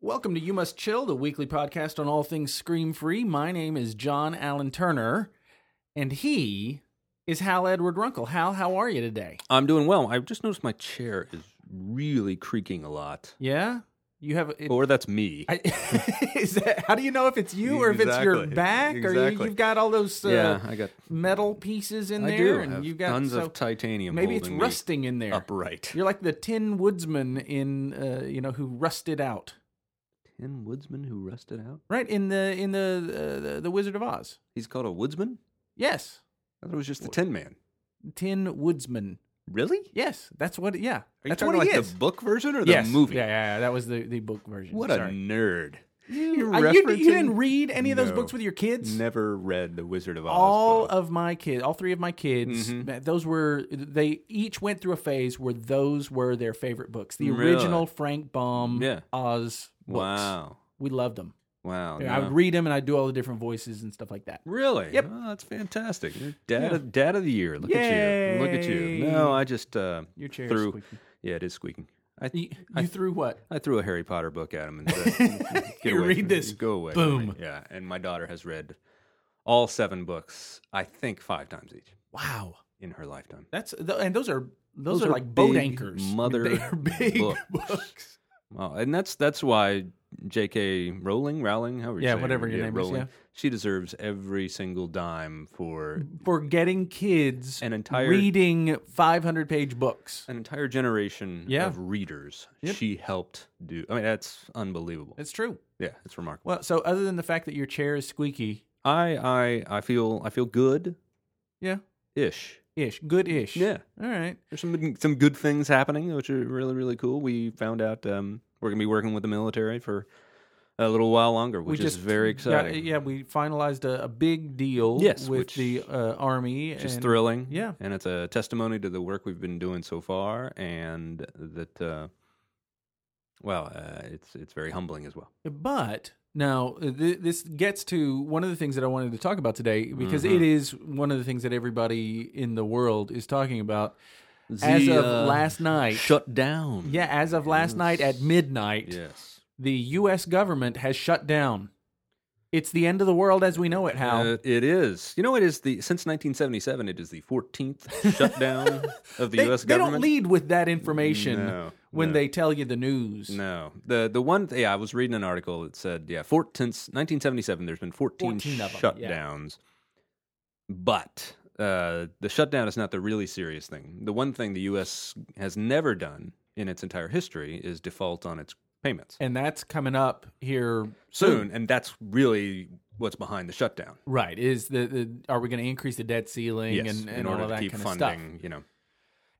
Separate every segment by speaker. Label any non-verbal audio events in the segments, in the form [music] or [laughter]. Speaker 1: Welcome to You Must Chill, the weekly podcast on all things scream free. My name is John Allen Turner, and he is Hal Edward Runkle. Hal, how are you today?
Speaker 2: I'm doing well. I just noticed my chair is really creaking a lot.
Speaker 1: Yeah, you have. It,
Speaker 2: Or that's me.
Speaker 1: I, [laughs] is that, how do you know if it's you or if it's your
Speaker 2: Exactly.
Speaker 1: back or you,
Speaker 2: Exactly.
Speaker 1: you've got all those uh,
Speaker 2: yeah, I got.
Speaker 1: metal pieces in
Speaker 2: I
Speaker 1: there,
Speaker 2: do.
Speaker 1: and
Speaker 2: have
Speaker 1: you've got
Speaker 2: tons
Speaker 1: so
Speaker 2: of titanium.
Speaker 1: maybe it's
Speaker 2: holding me
Speaker 1: rusting in there.
Speaker 2: upright.
Speaker 1: You're like the Tin Woodsman in uh, you know who rusted out,
Speaker 2: Ten woodsman who rusted out.
Speaker 1: right? In the in the uh, the, the Wizard of Oz.
Speaker 2: He's called a woodsman.
Speaker 1: Yes,
Speaker 2: I thought it was just the Tin Man.
Speaker 1: Tin Woodsman.
Speaker 2: Really? Are you
Speaker 1: Yes, that's what. Yeah, that's
Speaker 2: talking
Speaker 1: what he
Speaker 2: like
Speaker 1: is.
Speaker 2: the book version or the
Speaker 1: yes.
Speaker 2: movie?
Speaker 1: Yeah, yeah, yeah, that was the, the book version.
Speaker 2: What a
Speaker 1: Sorry.
Speaker 2: nerd!
Speaker 1: you,
Speaker 2: you're
Speaker 1: I- you, you
Speaker 2: referencing-
Speaker 1: didn't read any of those
Speaker 2: No.
Speaker 1: books with your kids.
Speaker 2: Never read The Wizard of Oz.
Speaker 1: all
Speaker 2: though.
Speaker 1: of my kids, all three of my kids,
Speaker 2: Mm-hmm.
Speaker 1: ma- those were they each went through a phase where those were their favorite books. The
Speaker 2: Really?
Speaker 1: original Frank Baum
Speaker 2: Yeah.
Speaker 1: Oz books.
Speaker 2: wow,
Speaker 1: We loved them.
Speaker 2: wow.
Speaker 1: I would
Speaker 2: no.
Speaker 1: read them and I'd do all the different voices and stuff like that.
Speaker 2: Really?
Speaker 1: Yep.
Speaker 2: Oh, that's fantastic. You're Dad,
Speaker 1: Yeah.
Speaker 2: of, dad of the year. Look at you. Look at you.
Speaker 1: Yay.
Speaker 2: No, I just uh,
Speaker 1: Your chair is
Speaker 2: threw.
Speaker 1: squeaking.
Speaker 2: Yeah, it is squeaking. I
Speaker 1: You, you threw what?
Speaker 2: I threw a Harry Potter book at him and
Speaker 1: [laughs]
Speaker 2: said, "Get
Speaker 1: You
Speaker 2: away
Speaker 1: read
Speaker 2: from
Speaker 1: this.
Speaker 2: Go away.
Speaker 1: Boom.
Speaker 2: from me." Yeah, and my daughter has read all seven books. I think five times each
Speaker 1: Wow,
Speaker 2: in her lifetime.
Speaker 1: that's th- and those are those,
Speaker 2: Those
Speaker 1: are,
Speaker 2: are
Speaker 1: like boat
Speaker 2: big
Speaker 1: anchors. I mean, [laughs]
Speaker 2: mother
Speaker 1: they are big
Speaker 2: books.
Speaker 1: books.
Speaker 2: Well, and that's that's why J.K. Rowling, Rowling, however, you
Speaker 1: Yeah,
Speaker 2: say
Speaker 1: whatever your name is, yeah.
Speaker 2: she deserves every single dime for
Speaker 1: For getting kids
Speaker 2: An entire-
Speaker 1: reading five hundred page books.
Speaker 2: an entire generation
Speaker 1: Yeah.
Speaker 2: of readers.
Speaker 1: Yep.
Speaker 2: She helped do. I mean, that's unbelievable.
Speaker 1: It's true.
Speaker 2: yeah, it's remarkable.
Speaker 1: Well, so other than the fact that your chair is squeaky,
Speaker 2: I I I feel I feel good
Speaker 1: yeah,
Speaker 2: ish.
Speaker 1: ish, good ish.
Speaker 2: Yeah.
Speaker 1: All right.
Speaker 2: There's some some good things happening, which are really really cool. We found out um, we're gonna be working with the military for a little while longer, which is very
Speaker 1: got-
Speaker 2: exciting.
Speaker 1: yeah, we finalized a, a big deal
Speaker 2: Yes,
Speaker 1: with
Speaker 2: which-
Speaker 1: the uh, army.
Speaker 2: which is
Speaker 1: and-
Speaker 2: thrilling.
Speaker 1: yeah.
Speaker 2: and it's a testimony to the work we've been doing so far, and that uh, well, uh, it's it's very humbling as well.
Speaker 1: But now th- this gets to one of the things that I wanted to talk about today because
Speaker 2: Mm-hmm.
Speaker 1: it is one of the things that everybody in the world is talking about. as
Speaker 2: The,
Speaker 1: of
Speaker 2: uh,
Speaker 1: last night,
Speaker 2: Shut down.
Speaker 1: yeah, as of last night at midnight,
Speaker 2: Yes.
Speaker 1: the U.S. government has shut down. It's the end of the world as we know it. How?
Speaker 2: Uh, it is. You know, it is the since 1977. It is the 14th
Speaker 1: [laughs]
Speaker 2: shutdown of the
Speaker 1: they,
Speaker 2: U.S.
Speaker 1: they
Speaker 2: government.
Speaker 1: don't lead with that information
Speaker 2: No,
Speaker 1: when
Speaker 2: no.
Speaker 1: they tell you the news.
Speaker 2: No, the the one yeah, I was reading an article that said yeah, 14, since 1977, there's been 14,
Speaker 1: 14 of 'em, yeah.
Speaker 2: shutdowns, but uh, the shutdown is not the really serious thing. The one thing the U.S. has never done in its entire history is default on its payments
Speaker 1: And that's coming up here
Speaker 2: soon, and that's really what's behind the shutdown.
Speaker 1: Right. Is the, the are we going to increase the debt ceiling
Speaker 2: Yes,
Speaker 1: and, and
Speaker 2: in
Speaker 1: all
Speaker 2: order
Speaker 1: of
Speaker 2: to
Speaker 1: that
Speaker 2: keep
Speaker 1: kind of stuff?
Speaker 2: funding, you know,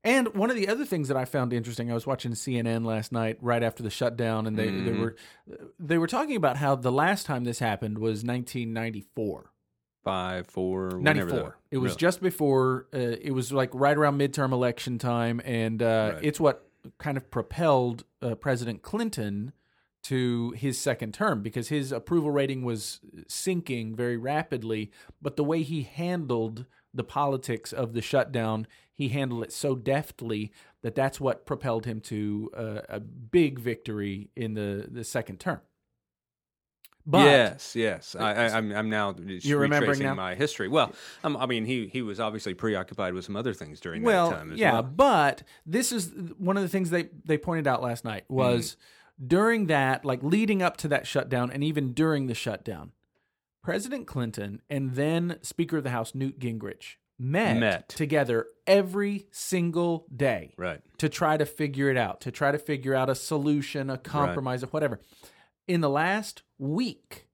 Speaker 1: And one of the other things that I found interesting, I was watching CNN last night, right after the shutdown, and they, they
Speaker 2: Mm-hmm.
Speaker 1: were they were talking about how the last time this happened was 1994.
Speaker 2: five, four, whenever
Speaker 1: 94.
Speaker 2: the-
Speaker 1: It was
Speaker 2: really.
Speaker 1: just before. Uh, it was like right around midterm election time, and uh,
Speaker 2: Right.
Speaker 1: it's what kind of propelled uh, President Clinton to his second term because his approval rating was sinking very rapidly. But the way he handled the politics of the shutdown, he handled it so deftly that that's what propelled him to uh, a big victory in the the second term. But
Speaker 2: yes, yes. I, I, I'm, I'm now
Speaker 1: You're
Speaker 2: you're
Speaker 1: remembering
Speaker 2: retracing
Speaker 1: now?
Speaker 2: my history. Well, um, I mean, he he was obviously preoccupied with some other things during
Speaker 1: well,
Speaker 2: that time. As
Speaker 1: yeah,
Speaker 2: well.
Speaker 1: but this is one of the things they they pointed out last night was
Speaker 2: Mm.
Speaker 1: during that, like leading up to that shutdown, and even during the shutdown, President Clinton and then Speaker of the House Newt Gingrich met,
Speaker 2: Met.
Speaker 1: together every single day
Speaker 2: Right.
Speaker 1: to try to figure it out, to try to figure out a solution, a compromise, or whatever. In the last week,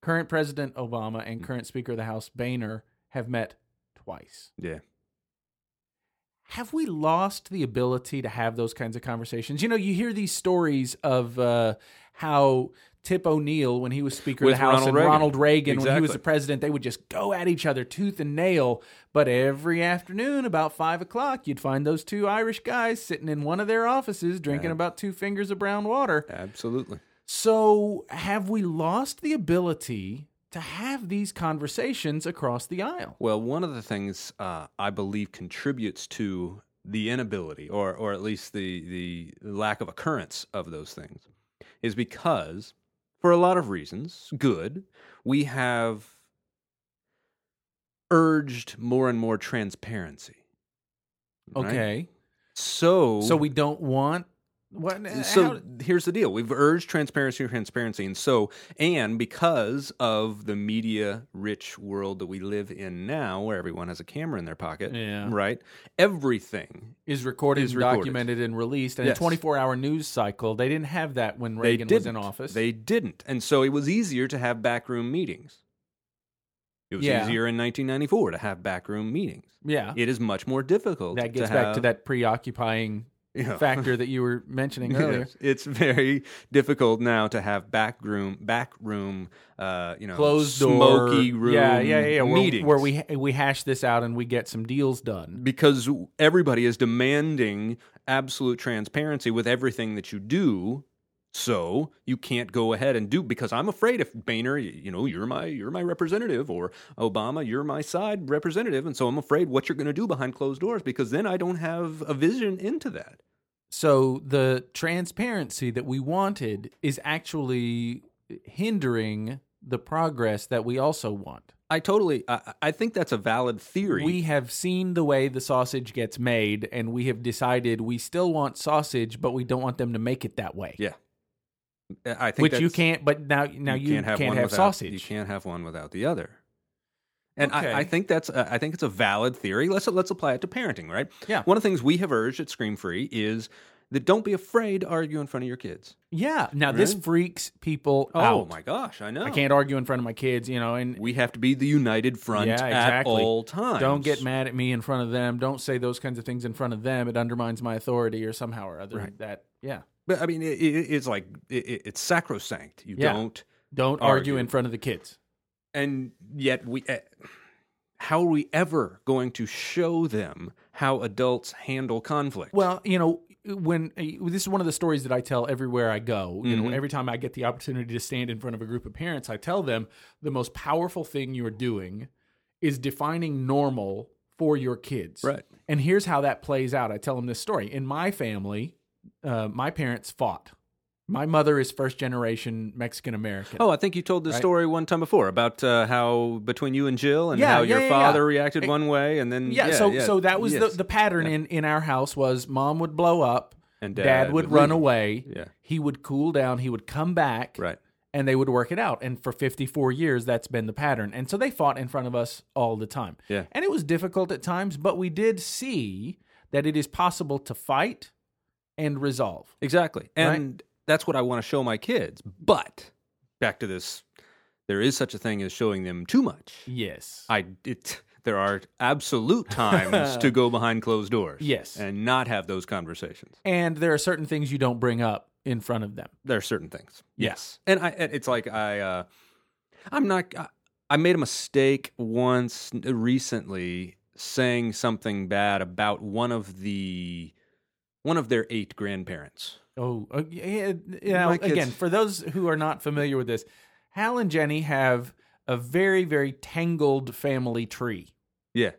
Speaker 1: current President Obama
Speaker 2: Mm.
Speaker 1: and current Speaker of the House Boehner have met twice
Speaker 2: Yeah.
Speaker 1: have we lost the ability to have those kinds of conversations? You know, you hear these stories of uh, how Tip O'Neill, when he was Speaker of
Speaker 2: With
Speaker 1: the House,
Speaker 2: Ronald
Speaker 1: and
Speaker 2: Reagan.
Speaker 1: Ronald Reagan, when he was
Speaker 2: Exactly.
Speaker 1: the president, they would just go at each other tooth and nail. But every afternoon, about five o'clock, you'd find those two Irish guys sitting in one of their offices drinking about two fingers of brown water.
Speaker 2: Absolutely.
Speaker 1: So, have we lost the ability to have these conversations across the aisle?
Speaker 2: Well, one of the things uh, I believe contributes to the inability, or or at least the the lack of occurrence of those things, is because, for a lot of reasons, good, we have urged more and more transparency. right?
Speaker 1: Okay.
Speaker 2: So,
Speaker 1: So we don't want what
Speaker 2: so
Speaker 1: Uh, how-
Speaker 2: here's the deal we've urged transparency transparency and so and because of the media rich world that we live in now where everyone has a camera in their pocket
Speaker 1: Yeah.
Speaker 2: right everything
Speaker 1: is recorded,
Speaker 2: is
Speaker 1: and
Speaker 2: recorded.
Speaker 1: documented, and released. And a
Speaker 2: Yes.
Speaker 1: 24 hour news cycle, they didn't have that when Reagan
Speaker 2: they
Speaker 1: was
Speaker 2: didn't.
Speaker 1: in office.
Speaker 2: they didn't and so it was easier to have backroom meetings it was
Speaker 1: Yeah.
Speaker 2: easier in 1994 to have backroom meetings
Speaker 1: yeah.
Speaker 2: it is much more difficult
Speaker 1: That gets
Speaker 2: to
Speaker 1: back
Speaker 2: have,
Speaker 1: to that preoccupying
Speaker 2: you know,
Speaker 1: factor that you were mentioning earlier.
Speaker 2: [laughs] Yes. It's very difficult now to have back room, back room, uh, you know,
Speaker 1: Closed door,
Speaker 2: smoky room,
Speaker 1: yeah, yeah, yeah, yeah, where-
Speaker 2: meetings
Speaker 1: Where, we we hash this out and we get some deals done.
Speaker 2: because everybody is demanding absolute transparency with everything that you do. So you can't go ahead and do because I'm afraid if Boehner, y- you know, you're my you're my representative, or Obama, you're my side representative, and so I'm afraid what you're going to do behind closed doors because then I don't have a vision into that.
Speaker 1: So the transparency that we wanted is actually hindering the progress that we also want.
Speaker 2: I totally, I, I- I think that's a valid theory.
Speaker 1: We have seen the way the sausage gets made, and we have decided we still want sausage, but we don't want them to make it that way.
Speaker 2: Yeah, I think
Speaker 1: Which you
Speaker 2: that's-
Speaker 1: can't. But now, now you, can't have,
Speaker 2: without,
Speaker 1: sausage.
Speaker 2: You can't have one without the other. And
Speaker 1: Okay.
Speaker 2: I, I think that's a, I think it's a valid theory. Let's let's apply it to parenting, right?
Speaker 1: Yeah.
Speaker 2: One of the things we have urged at Scream Free is that don't be afraid to argue in front of your kids.
Speaker 1: Yeah. Now this
Speaker 2: Really?
Speaker 1: freaks people
Speaker 2: Oh
Speaker 1: out.
Speaker 2: my gosh, I know.
Speaker 1: I can't argue in front of my kids, you know, and
Speaker 2: We have to be the united front
Speaker 1: Yeah,
Speaker 2: at
Speaker 1: exactly.
Speaker 2: all times.
Speaker 1: don't get mad at me in front of them. Don't say those kinds of things in front of them. It undermines my authority or somehow or other.
Speaker 2: Right.
Speaker 1: That yeah.
Speaker 2: But I mean, it, it, it's like it, it- it's sacrosanct. You
Speaker 1: Yeah.
Speaker 2: don't,
Speaker 1: Don't argue.
Speaker 2: Argue.
Speaker 1: in front of the kids.
Speaker 2: and yet we. eh, how are we ever going to show them how adults handle conflict?
Speaker 1: Well, you know, when uh, this is one of the stories that I tell everywhere I go. You know,
Speaker 2: Mhm.
Speaker 1: every time I get the opportunity to stand in front of a group of parents, I tell them the most powerful thing you're doing is defining normal for your kids.
Speaker 2: right.
Speaker 1: And here's how that plays out. I tell them this story. In my family, uh, my parents fought. My mother is first generation Mexican American.
Speaker 2: Oh, I think you told this
Speaker 1: Right?
Speaker 2: story one time before about uh, how between you and Jill and
Speaker 1: Yeah,
Speaker 2: how
Speaker 1: yeah,
Speaker 2: your
Speaker 1: yeah,
Speaker 2: father
Speaker 1: yeah.
Speaker 2: reacted
Speaker 1: It-
Speaker 2: one way and then
Speaker 1: yeah, so
Speaker 2: yeah,
Speaker 1: so that was
Speaker 2: yes.
Speaker 1: the, the pattern in, in our house was mom would blow up,
Speaker 2: and
Speaker 1: dad, would, run
Speaker 2: leave.
Speaker 1: away,
Speaker 2: Yeah,
Speaker 1: he would cool down, he would come back,
Speaker 2: right.
Speaker 1: and they would work it out. And for 54 years, that's been the pattern. And so they fought in front of us all the time.
Speaker 2: Yeah.
Speaker 1: And it was difficult at times, but we did see that it is possible to fight and resolve.
Speaker 2: Exactly. And that's what I want to show my kids. But back to this there is such a thing as showing them too much.
Speaker 1: Yes.
Speaker 2: I it there are absolute
Speaker 1: [laughs]
Speaker 2: times to go behind closed doors.
Speaker 1: Yes.
Speaker 2: And not have those conversations.
Speaker 1: and there are certain things you don't bring up in front of them.
Speaker 2: there are certain things.
Speaker 1: Yeah.
Speaker 2: Yes, and I and it's like I uh, I'm not. I, I made a mistake once recently saying something bad about one of the one of their eight grandparents.
Speaker 1: Oh, uh, yeah, yeah,
Speaker 2: My kids-
Speaker 1: again, for those who are not familiar with this, Hal and Jenny have a very, very tangled family tree.
Speaker 2: Yeah,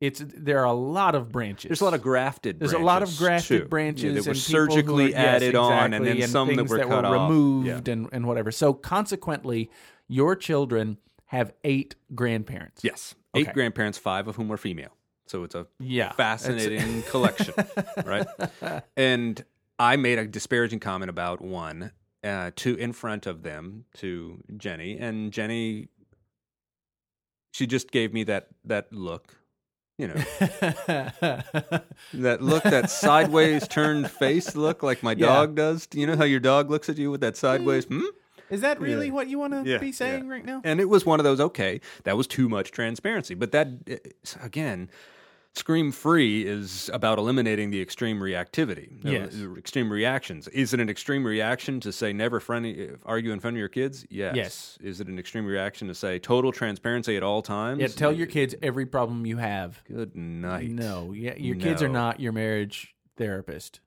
Speaker 1: It's there are a lot of branches.
Speaker 2: there's a lot of grafted.
Speaker 1: There's a lot of
Speaker 2: branches,
Speaker 1: grafted
Speaker 2: too.
Speaker 1: branches
Speaker 2: yeah, that were
Speaker 1: and people who
Speaker 2: surgically
Speaker 1: are- yes,
Speaker 2: added on, and
Speaker 1: exactly,
Speaker 2: then some that
Speaker 1: things
Speaker 2: were cut off.
Speaker 1: removed
Speaker 2: Yeah.
Speaker 1: and and whatever. So consequently, your children have eight grandparents.
Speaker 2: Yes, eight
Speaker 1: Okay.
Speaker 2: grandparents, five of whom are female. So it's a
Speaker 1: yeah, That's- [laughs]
Speaker 2: fascinating collection, right? And I made a disparaging comment about one uh, to in front of them to Jenny, and Jenny, she just gave me that that look, you know, that look, that sideways turned face look, like my
Speaker 1: Yeah.
Speaker 2: dog does. Do You know how your dog looks at you with that sideways, hmm?
Speaker 1: [laughs] Is that really what you want to
Speaker 2: Yeah,
Speaker 1: be saying
Speaker 2: yeah.
Speaker 1: right now?
Speaker 2: and it was one of those okay that was too much transparency but that it's- again scream free is about eliminating the extreme reactivity uh,
Speaker 1: Yes.
Speaker 2: extreme reactions is it an extreme reaction to say never friendly argue in front of your kids yes
Speaker 1: Yes.
Speaker 2: is it an extreme reaction to say total transparency at all times
Speaker 1: Yeah, tell your kids every problem you have.
Speaker 2: good night
Speaker 1: No, yeah, your kids are
Speaker 2: No.
Speaker 1: not your marriage therapist,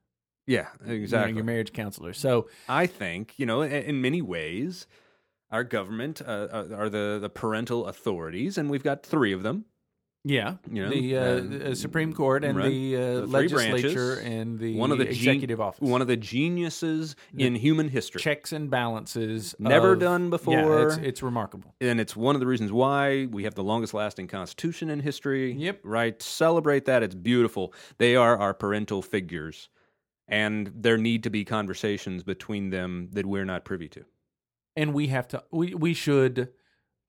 Speaker 2: yeah
Speaker 1: you know,
Speaker 2: exactly
Speaker 1: your marriage counselor. So
Speaker 2: I think you know, in, in many ways, uh, our government uh, are- are the the parental authorities, and we've got three of them.
Speaker 1: Yeah,
Speaker 2: You know,
Speaker 1: the uh,
Speaker 2: and-
Speaker 1: uh, Supreme Court and
Speaker 2: right.
Speaker 1: the, uh,
Speaker 2: The three
Speaker 1: legislature
Speaker 2: branches.
Speaker 1: and the
Speaker 2: one of the gen-
Speaker 1: executive office.
Speaker 2: one of the geniuses in human history.
Speaker 1: checks and balances
Speaker 2: Never
Speaker 1: of-
Speaker 2: done
Speaker 1: Yeah,
Speaker 2: before.
Speaker 1: it's, it's remarkable.
Speaker 2: and it's one of the reasons why we have the longest lasting constitution in history.
Speaker 1: Yep.
Speaker 2: Right? Celebrate that. It's beautiful. They are our parental figures. And there need to be conversations between them that we're not privy to.
Speaker 1: And we have to. We we should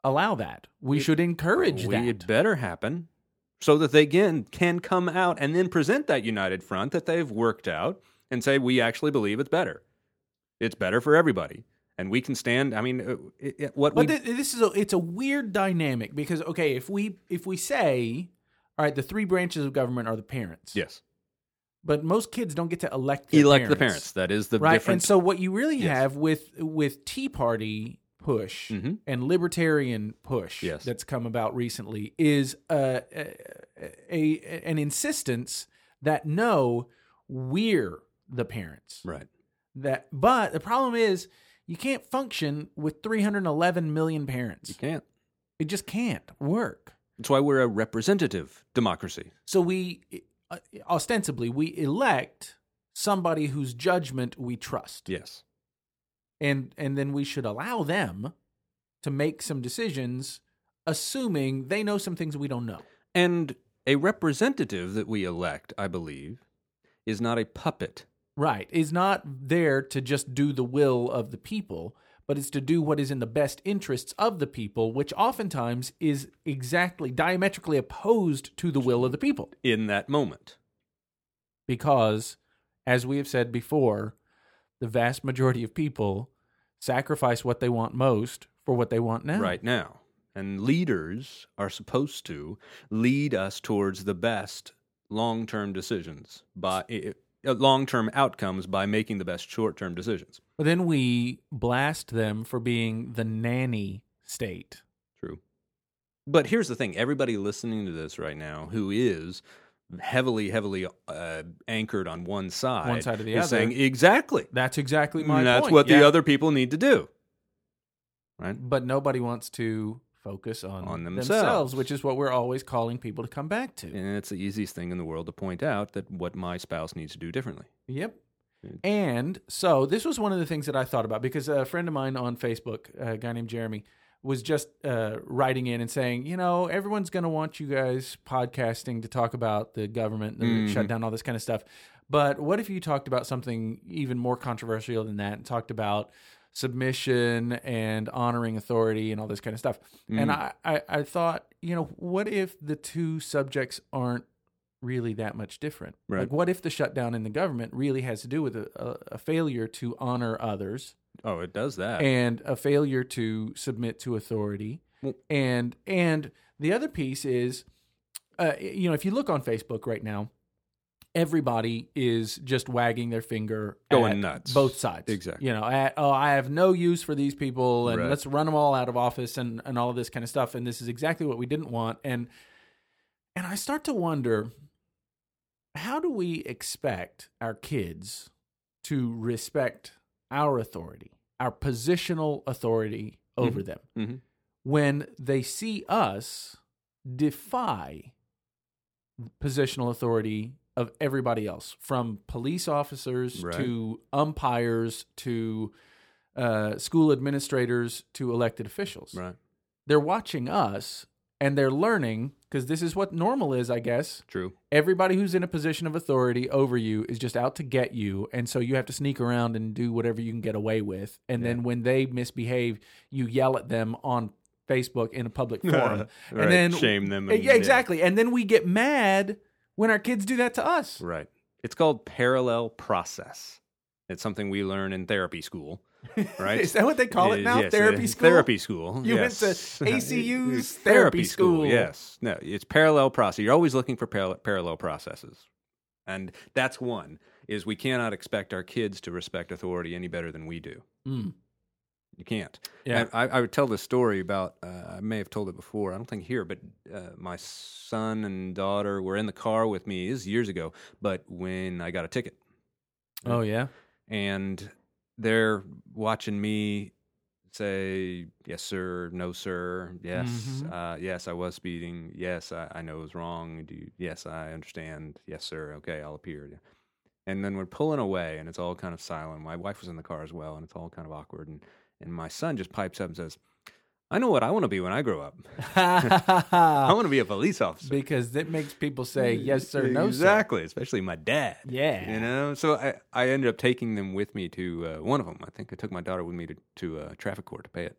Speaker 1: allow that. We
Speaker 2: It-
Speaker 1: should encourage
Speaker 2: We-
Speaker 1: that.
Speaker 2: It better happen so that they again can come out and then present that united front that they've worked out and say, we actually believe it's better. It's better for everybody. And we can stand. I mean, uh, it, it- what we
Speaker 1: But thi- this is a, it's a weird dynamic because okay, if we if we say, all right, the three branches of government are the parents.
Speaker 2: yes,
Speaker 1: But most kids don't get to elect their
Speaker 2: elect
Speaker 1: parents,
Speaker 2: the parents. That is the
Speaker 1: right? And
Speaker 2: difference.
Speaker 1: so what you really
Speaker 2: Yes.
Speaker 1: have with with Tea Party push
Speaker 2: Mhm.
Speaker 1: and libertarian push
Speaker 2: Yes.
Speaker 1: that's come about recently is uh, a, a an insistence that no, we're the parents
Speaker 2: right.
Speaker 1: that but the problem is you can't function with 311 million
Speaker 2: You
Speaker 1: parents
Speaker 2: can't.
Speaker 1: it just can't work
Speaker 2: That's why we're a representative democracy.
Speaker 1: so we uh, ostensibly we elect somebody whose judgment we trust
Speaker 2: Yes.
Speaker 1: and and then we should allow them to make some decisions assuming they know some things we don't know
Speaker 2: And a representative that we elect, I believe, is not a puppet.
Speaker 1: right is not there to just do the will of the people but it's to do what is in the best interests of the people which oftentimes is exactly diametrically opposed to the will of the people
Speaker 2: in that moment.
Speaker 1: because as we have said before the vast majority of people sacrifice what they want most for what they want now
Speaker 2: right now. And leaders are supposed to lead us towards the best long term decisions by eh, long term outcomes by making the best short term decisions.
Speaker 1: but then we blast them for being the nanny state
Speaker 2: True. But here's the thing everybody listening to this right now who is heavily, heavily uh, anchored on one side,
Speaker 1: One side or the
Speaker 2: is
Speaker 1: other.
Speaker 2: saying, exactly. Mm,
Speaker 1: that's exactly my
Speaker 2: that's
Speaker 1: point.
Speaker 2: what
Speaker 1: Yeah.
Speaker 2: the other people need to do. Right?
Speaker 1: but nobody wants to focus on,
Speaker 2: On
Speaker 1: themselves.
Speaker 2: themselves.
Speaker 1: which is what we're always calling people to come back to.
Speaker 2: And it's the easiest thing in the world to point out that what my spouse needs to do differently.
Speaker 1: Yep. And so this was one of the things that I thought about because a friend of mine on Facebook, a guy named Jeremy, was just uh, writing in and saying, you know, everyone's going to want you guys podcasting to talk about the government, the
Speaker 2: Mhm.
Speaker 1: shutdown, all this kind of stuff. But what if you talked about something even more controversial than that and talked about submission and honoring authority and all this kind of stuff? And I, I, I thought, you know, what if the two subjects aren't really that much different?
Speaker 2: Right.
Speaker 1: Like, what if the shutdown in the government really has to do with a, a, a failure to honor others
Speaker 2: Oh, it does that.
Speaker 1: and a failure to submit to authority?
Speaker 2: Well-
Speaker 1: And and the other piece is, uh, you know, if you look on Facebook right now, everybody is just wagging their finger,
Speaker 2: Going
Speaker 1: at
Speaker 2: nuts.
Speaker 1: both sides,
Speaker 2: Exactly.
Speaker 1: You know, at, oh, I have no use for these people, and
Speaker 2: Right.
Speaker 1: let's run them all out of office, and and all of this kind of stuff. And this is exactly what we didn't want. And and I start to wonder, how do we expect our kids to respect our authority, our positional authority over them?
Speaker 2: Mhm.
Speaker 1: when they see us defy positional authority of everybody else, from police officers
Speaker 2: Right.
Speaker 1: to umpires to uh, school administrators to elected officials.
Speaker 2: Right.
Speaker 1: They're watching us and they're learning because this is what normal is, I guess.
Speaker 2: True.
Speaker 1: [laughs] Everybody who's in a position of authority over you is just out to get you. And so you have to sneak around and do whatever you can get away with. And then when they misbehave, you yell at them on Facebook in a
Speaker 2: [laughs]
Speaker 1: public forum. and
Speaker 2: Right.
Speaker 1: then e,
Speaker 2: shame them. and-
Speaker 1: Yeah, exactly. And then we get mad when our kids do that to us. [laughs]
Speaker 2: yeah. Right. It's called parallel process. It's something we learn in therapy school, right?
Speaker 1: Is that what they call it
Speaker 2: Uh,
Speaker 1: now?
Speaker 2: yes,
Speaker 1: therapy
Speaker 2: uh,
Speaker 1: school?
Speaker 2: Therapy school.
Speaker 1: You went
Speaker 2: yes. [laughs]
Speaker 1: to ACU's
Speaker 2: It's
Speaker 1: therapy school.
Speaker 2: Yes. No, it's parallel process. You're always looking for parallel, parallel processes. And that's one is we cannot expect our kids to respect authority any better than we do.
Speaker 1: Mm.
Speaker 2: You can't.
Speaker 1: Yeah.
Speaker 2: [laughs] And I, I would tell this story about, uh, I may have told it before, I don't think here, but uh, my son and daughter were in the car with me, this is years ago, but when I got a ticket
Speaker 1: Oh, yeah.
Speaker 2: and they're watching me say yes sir no sir yes
Speaker 1: Mhm.
Speaker 2: uh, yes i was speeding yes i, I know it was wrong do you, yes i understand yes sir okay i'll appear and then we're pulling away and it's all kind of silent my wife was in the car as well and it's all kind of awkward and, and my son just pipes up and says i know what i want to be when i grow up [laughs] i want to be a police officer
Speaker 1: [laughs] because that makes people say yes sir, no sir.
Speaker 2: exactly especially my dad
Speaker 1: Yeah.
Speaker 2: you know so i, I ended up taking them with me to uh, one of them i think i took my daughter with me to, to uh, traffic court to pay it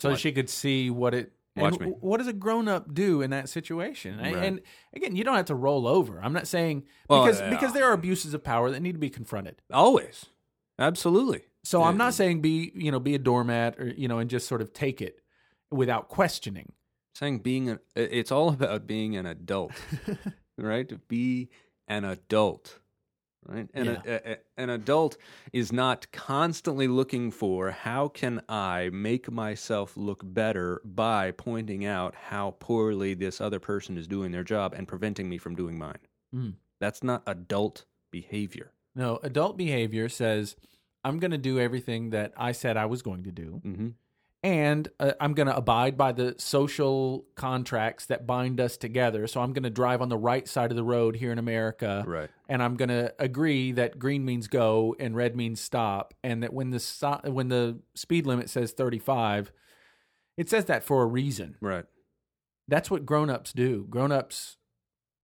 Speaker 1: so
Speaker 2: Watch-
Speaker 1: she could see what it. and
Speaker 2: Watch me.
Speaker 1: wh- What does a grown up do in that situation? And-
Speaker 2: Right.
Speaker 1: And again, you don't have to roll over. I'm not saying
Speaker 2: Well,
Speaker 1: because
Speaker 2: yeah.
Speaker 1: because there are abuses of power that need to be confronted.
Speaker 2: uh, Always. Absolutely.
Speaker 1: So I'm
Speaker 2: Yeah.
Speaker 1: not saying be you know be a doormat or you know and just sort of take it without
Speaker 2: [laughs]
Speaker 1: questioning.
Speaker 2: Saying being an, it's all about being an adult, right? To be an adult, right? And a- a, a- an adult is not constantly looking for how can I make myself look better by pointing out how poorly this other person is doing their job and preventing me from doing mine.
Speaker 1: Mm.
Speaker 2: That's not adult behavior.
Speaker 1: No, adult behavior says I'm going to do everything that I said I was going to do,
Speaker 2: hmm
Speaker 1: and uh, I'm going to abide by the social contracts that bind us together. So I'm going to drive on the right side of the road here in America,
Speaker 2: Right.
Speaker 1: and I'm going to agree that green means go and red means stop, and that when the so- when the speed limit says 35, it says that for a reason.
Speaker 2: Right.
Speaker 1: That's what grown-ups do. Grown-ups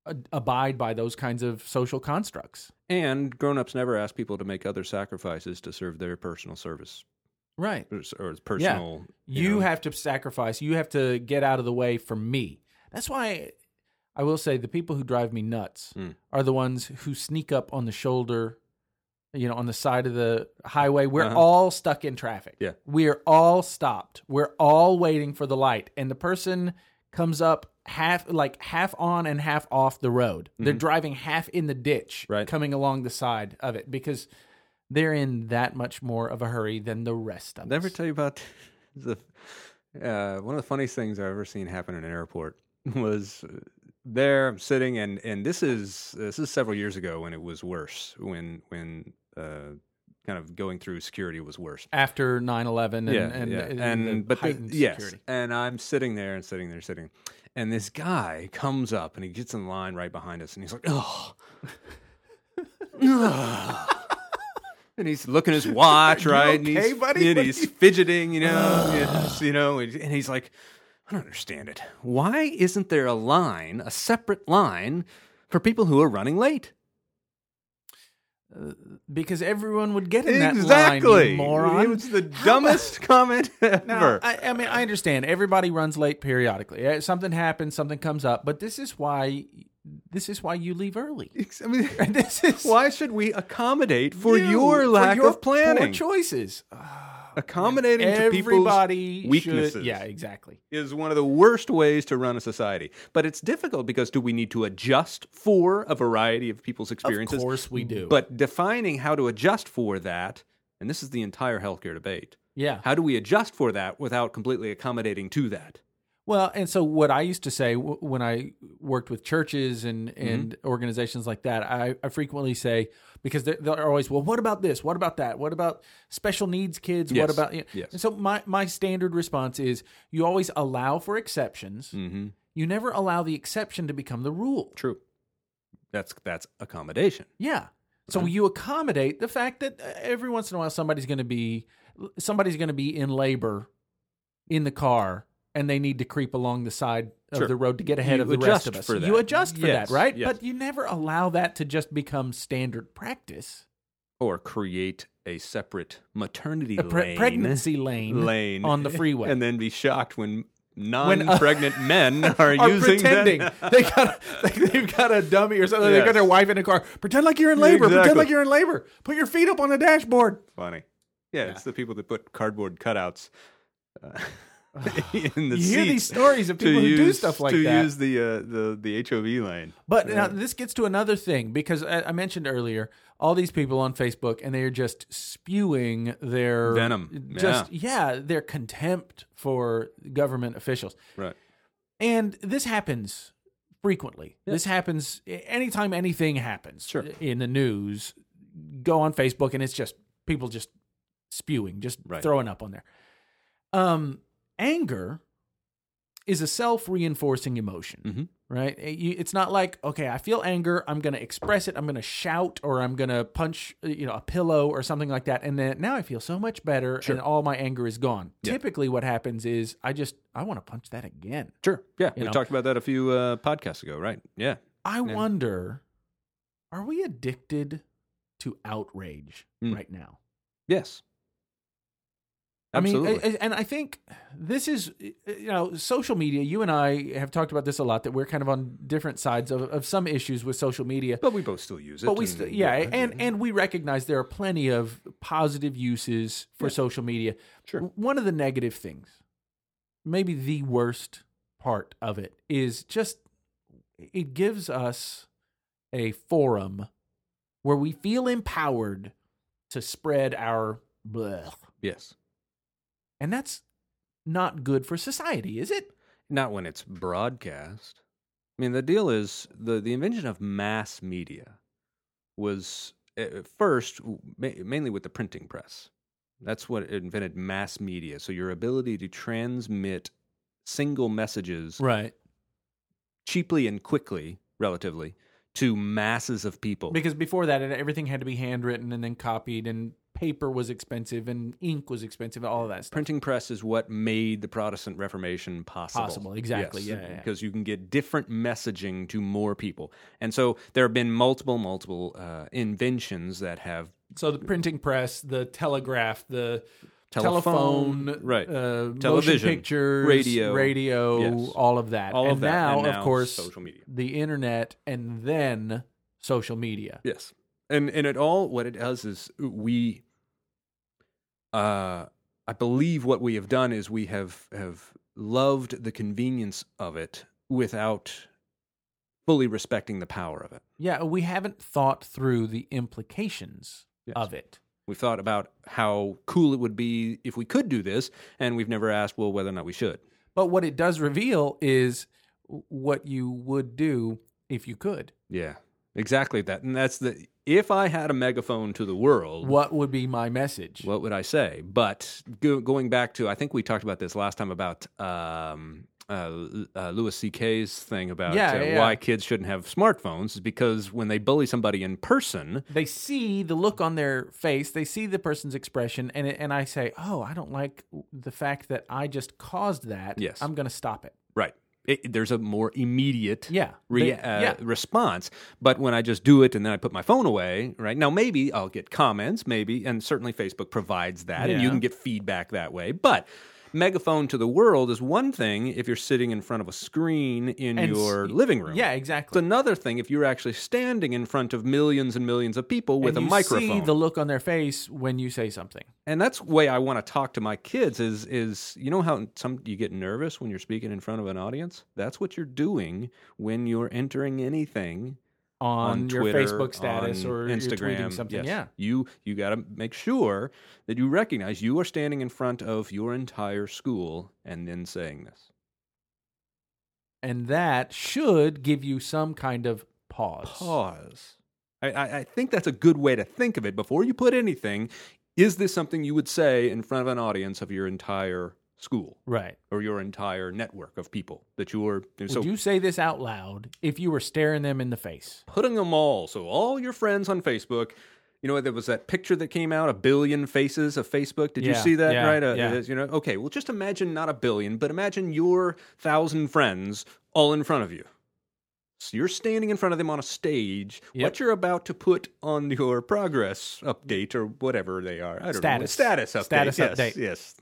Speaker 1: ad- abide by those kinds of social constructs.
Speaker 2: And grown-ups never ask people to make other sacrifices to serve their personal service.
Speaker 1: Right.
Speaker 2: or, or it's personal.
Speaker 1: You,
Speaker 2: know.
Speaker 1: have to sacrifice. You have to get out of the way for me. That's why I will say the people who drive me nuts
Speaker 2: Mm.
Speaker 1: are the ones who sneak up on the shoulder, you know, on the side of the highway. We're
Speaker 2: Uh-huh.
Speaker 1: all stuck in traffic.
Speaker 2: Yeah.
Speaker 1: We're all stopped. We're all waiting for the light. And the person comes up half like half on and half off the road. They're driving half in the ditch
Speaker 2: Mm-hmm. Right.
Speaker 1: coming along the side of it because they're in that much more of a hurry than the rest of
Speaker 2: Did I ever
Speaker 1: us.
Speaker 2: tell you about [laughs] the uh, one of the funniest things I've ever seen happen in an airport [laughs] was uh, there I'm sitting and and this is this is several years ago when it was worse when when uh, kind of going through security was worse.
Speaker 1: after 9-11 and,
Speaker 2: yeah,
Speaker 1: and,
Speaker 2: yeah.
Speaker 1: and,
Speaker 2: and
Speaker 1: the
Speaker 2: but the-
Speaker 1: heightened
Speaker 2: yes,
Speaker 1: security.
Speaker 2: and I'm sitting there and sitting there sitting, and this guy comes up and he gets in line right behind us and he's like, [laughs] oh. And he's looking at his [laughs] watch, right? and
Speaker 1: okay,
Speaker 2: he's,
Speaker 1: buddy?
Speaker 2: and
Speaker 1: What
Speaker 2: he's fidgeting, [laughs] you know, yes, you know, and and he's like, I don't understand it. Why isn't there a line, a separate line, for people who are running late?
Speaker 1: Because everyone would get in that line,
Speaker 2: exactly,
Speaker 1: you moron.
Speaker 2: It was the dumbest [laughs] comment ever.
Speaker 1: Now, I, I mean, I understand. Everybody runs late periodically. Eh, Something happens, something comes up. But this is why, this is why you leave
Speaker 2: [laughs]
Speaker 1: early.
Speaker 2: Ex- I mean,
Speaker 1: This is
Speaker 2: Why should we accommodate for
Speaker 1: you,
Speaker 2: your lack
Speaker 1: your
Speaker 2: of planning?
Speaker 1: Poor choices. Ah.
Speaker 2: Accommodating to people's
Speaker 1: Everybody should-
Speaker 2: weaknesses.
Speaker 1: yeah, exactly.
Speaker 2: is one of the worst ways to run a society. But it's difficult because do we need to adjust for a variety of people's experiences?
Speaker 1: Of course we do.
Speaker 2: But defining how to adjust for that, and this is the entire healthcare debate.
Speaker 1: yeah.
Speaker 2: How do we adjust for that without completely accommodating to that?
Speaker 1: Well, and so what I used to say w- when I worked with churches and
Speaker 2: Mm-hmm.
Speaker 1: and organizations like that, I, I frequently say because they're, they're always, well, what about this? What about that? What about special needs kids? What
Speaker 2: Yes.
Speaker 1: about you know?"
Speaker 2: Yes.
Speaker 1: And so my my standard response is you always allow for exceptions.
Speaker 2: Mm-hmm.
Speaker 1: You never allow the exception to become the rule.
Speaker 2: True. That's that's accommodation.
Speaker 1: Yeah. So you accommodate the fact that uh, every once in a while somebody's going to be somebody's going to be in labor in the car and they need to creep along the side of
Speaker 2: Sure.
Speaker 1: the road to get ahead
Speaker 2: You
Speaker 1: of the rest
Speaker 2: adjust
Speaker 1: of us.
Speaker 2: for
Speaker 1: You
Speaker 2: that.
Speaker 1: adjust for
Speaker 2: Yes,
Speaker 1: that, right?
Speaker 2: yes.
Speaker 1: But you never allow that to just become standard practice.
Speaker 2: Or create a separate maternity
Speaker 1: A uh, pre-
Speaker 2: lane.
Speaker 1: pregnancy lane,
Speaker 2: lane
Speaker 1: on the freeway.
Speaker 2: and then be shocked when
Speaker 1: When, uh, [laughs]
Speaker 2: non-pregnant men are,
Speaker 1: are
Speaker 2: using
Speaker 1: pretending
Speaker 2: that.
Speaker 1: they got like they've got a dummy or something. They've got
Speaker 2: Yes.
Speaker 1: their wife in a car. Pretend like you're in labor. Pretend
Speaker 2: Exactly.
Speaker 1: like you're in labor. Put your feet up on the dashboard.
Speaker 2: [laughs] Funny. Yeah, it's the people that put cardboard cutouts uh, [laughs] in the
Speaker 1: You
Speaker 2: seats
Speaker 1: hear these stories of
Speaker 2: to
Speaker 1: people who do
Speaker 2: use-
Speaker 1: stuff like
Speaker 2: to
Speaker 1: that.
Speaker 2: use the uh, the the HOV lane.
Speaker 1: But now this gets to another thing because I, I mentioned earlier all these people on Facebook and they are just spewing their
Speaker 2: Venom.
Speaker 1: Just yeah. their contempt for government officials,
Speaker 2: Right.
Speaker 1: and this happens frequently. This happens anytime anything happens
Speaker 2: Sure.
Speaker 1: in the news. Go on Facebook and it's just people just spewing, just
Speaker 2: Right.
Speaker 1: throwing up on there. Um, anger is a self reinforcing emotion,
Speaker 2: Mhm.
Speaker 1: right? It- you- It's not like, okay, I feel anger. I'm going to express it. I'm going to shout or I'm going to punch uh, you know, a pillow or something like that. And then now I feel so much better
Speaker 2: Sure.
Speaker 1: and all my anger is gone.
Speaker 2: Yeah.
Speaker 1: Typically, what happens is I just, I want to punch that again.
Speaker 2: Sure. Yeah.
Speaker 1: You
Speaker 2: we
Speaker 1: know.
Speaker 2: talked about that a few uh, podcasts ago, right? Yeah.
Speaker 1: I
Speaker 2: Yeah.
Speaker 1: wonder, are we addicted to outrage
Speaker 2: Mm.
Speaker 1: right now?
Speaker 2: Yes. Absolutely.
Speaker 1: I mean, a- a- and I think this is, you know, social media. You and I have talked about this a lot that we're kind of on different sides of, of some issues with social media.
Speaker 2: but we both still use it.
Speaker 1: But we,
Speaker 2: and-
Speaker 1: st- yeah, and and we recognize there are plenty of positive uses for
Speaker 2: Yeah.
Speaker 1: social media.
Speaker 2: Sure.
Speaker 1: W- One of the negative things, maybe the worst part of it, is just it gives us a forum where we feel empowered to spread our bleh,
Speaker 2: yes.
Speaker 1: and that's not good for society, is it?
Speaker 2: Not when it's broadcast. I mean, the deal is the, the invention of mass media was uh, first w- ma- mainly with the printing press. That's what invented mass media. So your ability to transmit single messages
Speaker 1: Right,
Speaker 2: cheaply and quickly, relatively, to masses of people.
Speaker 1: because before that, it, everything had to be handwritten and then copied, and paper was expensive, and ink was expensive, and all of that stuff.
Speaker 2: printing press is what made the Protestant Reformation possible.
Speaker 1: Possible, exactly,
Speaker 2: Yes,
Speaker 1: yeah, yeah, yeah.
Speaker 2: Because you can get different messaging to more people. And so there have been multiple, multiple uh, inventions that have
Speaker 1: So the printing press, the telegraph, the
Speaker 2: Telephone,
Speaker 1: telephone,
Speaker 2: right.
Speaker 1: uh,
Speaker 2: Television,
Speaker 1: motion pictures,
Speaker 2: radio.
Speaker 1: radio,
Speaker 2: Yes.
Speaker 1: all of that.
Speaker 2: all
Speaker 1: and
Speaker 2: of that.
Speaker 1: Now,
Speaker 2: and now,
Speaker 1: of course,
Speaker 2: social media.
Speaker 1: the internet, and then social media.
Speaker 2: Yes. And and it all what it does is we uh I believe what we have done is we have have loved the convenience of it without fully respecting the power of it.
Speaker 1: Yeah, we haven't thought through the implications
Speaker 2: Yes.
Speaker 1: of it.
Speaker 2: We've thought about how cool it would be if we could do this, and we've never asked, well, whether or not we should.
Speaker 1: But what it does reveal is what you would do if you could.
Speaker 2: Yeah, exactly that. And that's the if I had a megaphone to the world,
Speaker 1: What would be my message?
Speaker 2: what would I say? But go, going back to, I think we talked about this last time about um, uh, L- uh, Louis C.K.'s thing about
Speaker 1: Yeah,
Speaker 2: uh,
Speaker 1: yeah, yeah.
Speaker 2: why kids shouldn't have smartphones is because when they bully somebody in person,
Speaker 1: they see the look on their face, they see the person's expression, and and I say, "Oh, I don't like the fact that I just caused that.
Speaker 2: Yes.
Speaker 1: I'm going to stop it."
Speaker 2: right, it, there's a more immediate
Speaker 1: Yeah,
Speaker 2: re-
Speaker 1: They-
Speaker 2: uh,
Speaker 1: yeah.
Speaker 2: response. But when I just do it and then I put my phone away, right now, maybe I'll get comments, maybe, and certainly Facebook provides that, and you
Speaker 1: Yeah.
Speaker 2: can get feedback that way. But megaphone to the world is one thing if you're sitting in front of a screen in
Speaker 1: And s-
Speaker 2: your living room.
Speaker 1: Yeah,
Speaker 2: It's
Speaker 1: exactly.
Speaker 2: another thing if you're actually standing in front of millions and millions of people with
Speaker 1: and
Speaker 2: a
Speaker 1: you
Speaker 2: microphone.
Speaker 1: see the look on their face when you say something.
Speaker 2: and that's the way I want to talk to my kids is is you know how some you get nervous when you're speaking in front of an audience? That's what you're doing when you're entering anything
Speaker 1: On, your
Speaker 2: Twitter,
Speaker 1: Facebook status
Speaker 2: on
Speaker 1: or
Speaker 2: Instagram.
Speaker 1: you're tweeting something.
Speaker 2: Yes.
Speaker 1: Yeah.
Speaker 2: You you got to make sure that you recognize you are standing in front of your entire school and then saying this.
Speaker 1: And that should give you some kind of pause.
Speaker 2: pause. I, I, I think that's a good way to think of it. Before you put anything, is this something you would say in front of an audience of your entire school
Speaker 1: Right.
Speaker 2: or your entire network of people that you are? So
Speaker 1: Would you say this out loud if you were staring them in the face?
Speaker 2: putting them all, so all your friends on Facebook. You know, there was that picture that came out, a billion faces of Facebook. Did you
Speaker 1: Yeah,
Speaker 2: see that?
Speaker 1: yeah,
Speaker 2: right? Uh,
Speaker 1: yeah.
Speaker 2: uh, You know, okay. Well, just imagine not a billion, but imagine your thousand friends all in front of you. So you're standing in front of them on a stage. What
Speaker 1: Yep.
Speaker 2: you're about to put on your progress update or whatever they are. I don't know.
Speaker 1: Status.
Speaker 2: Status update.
Speaker 1: Status
Speaker 2: yes,
Speaker 1: update.
Speaker 2: Yes.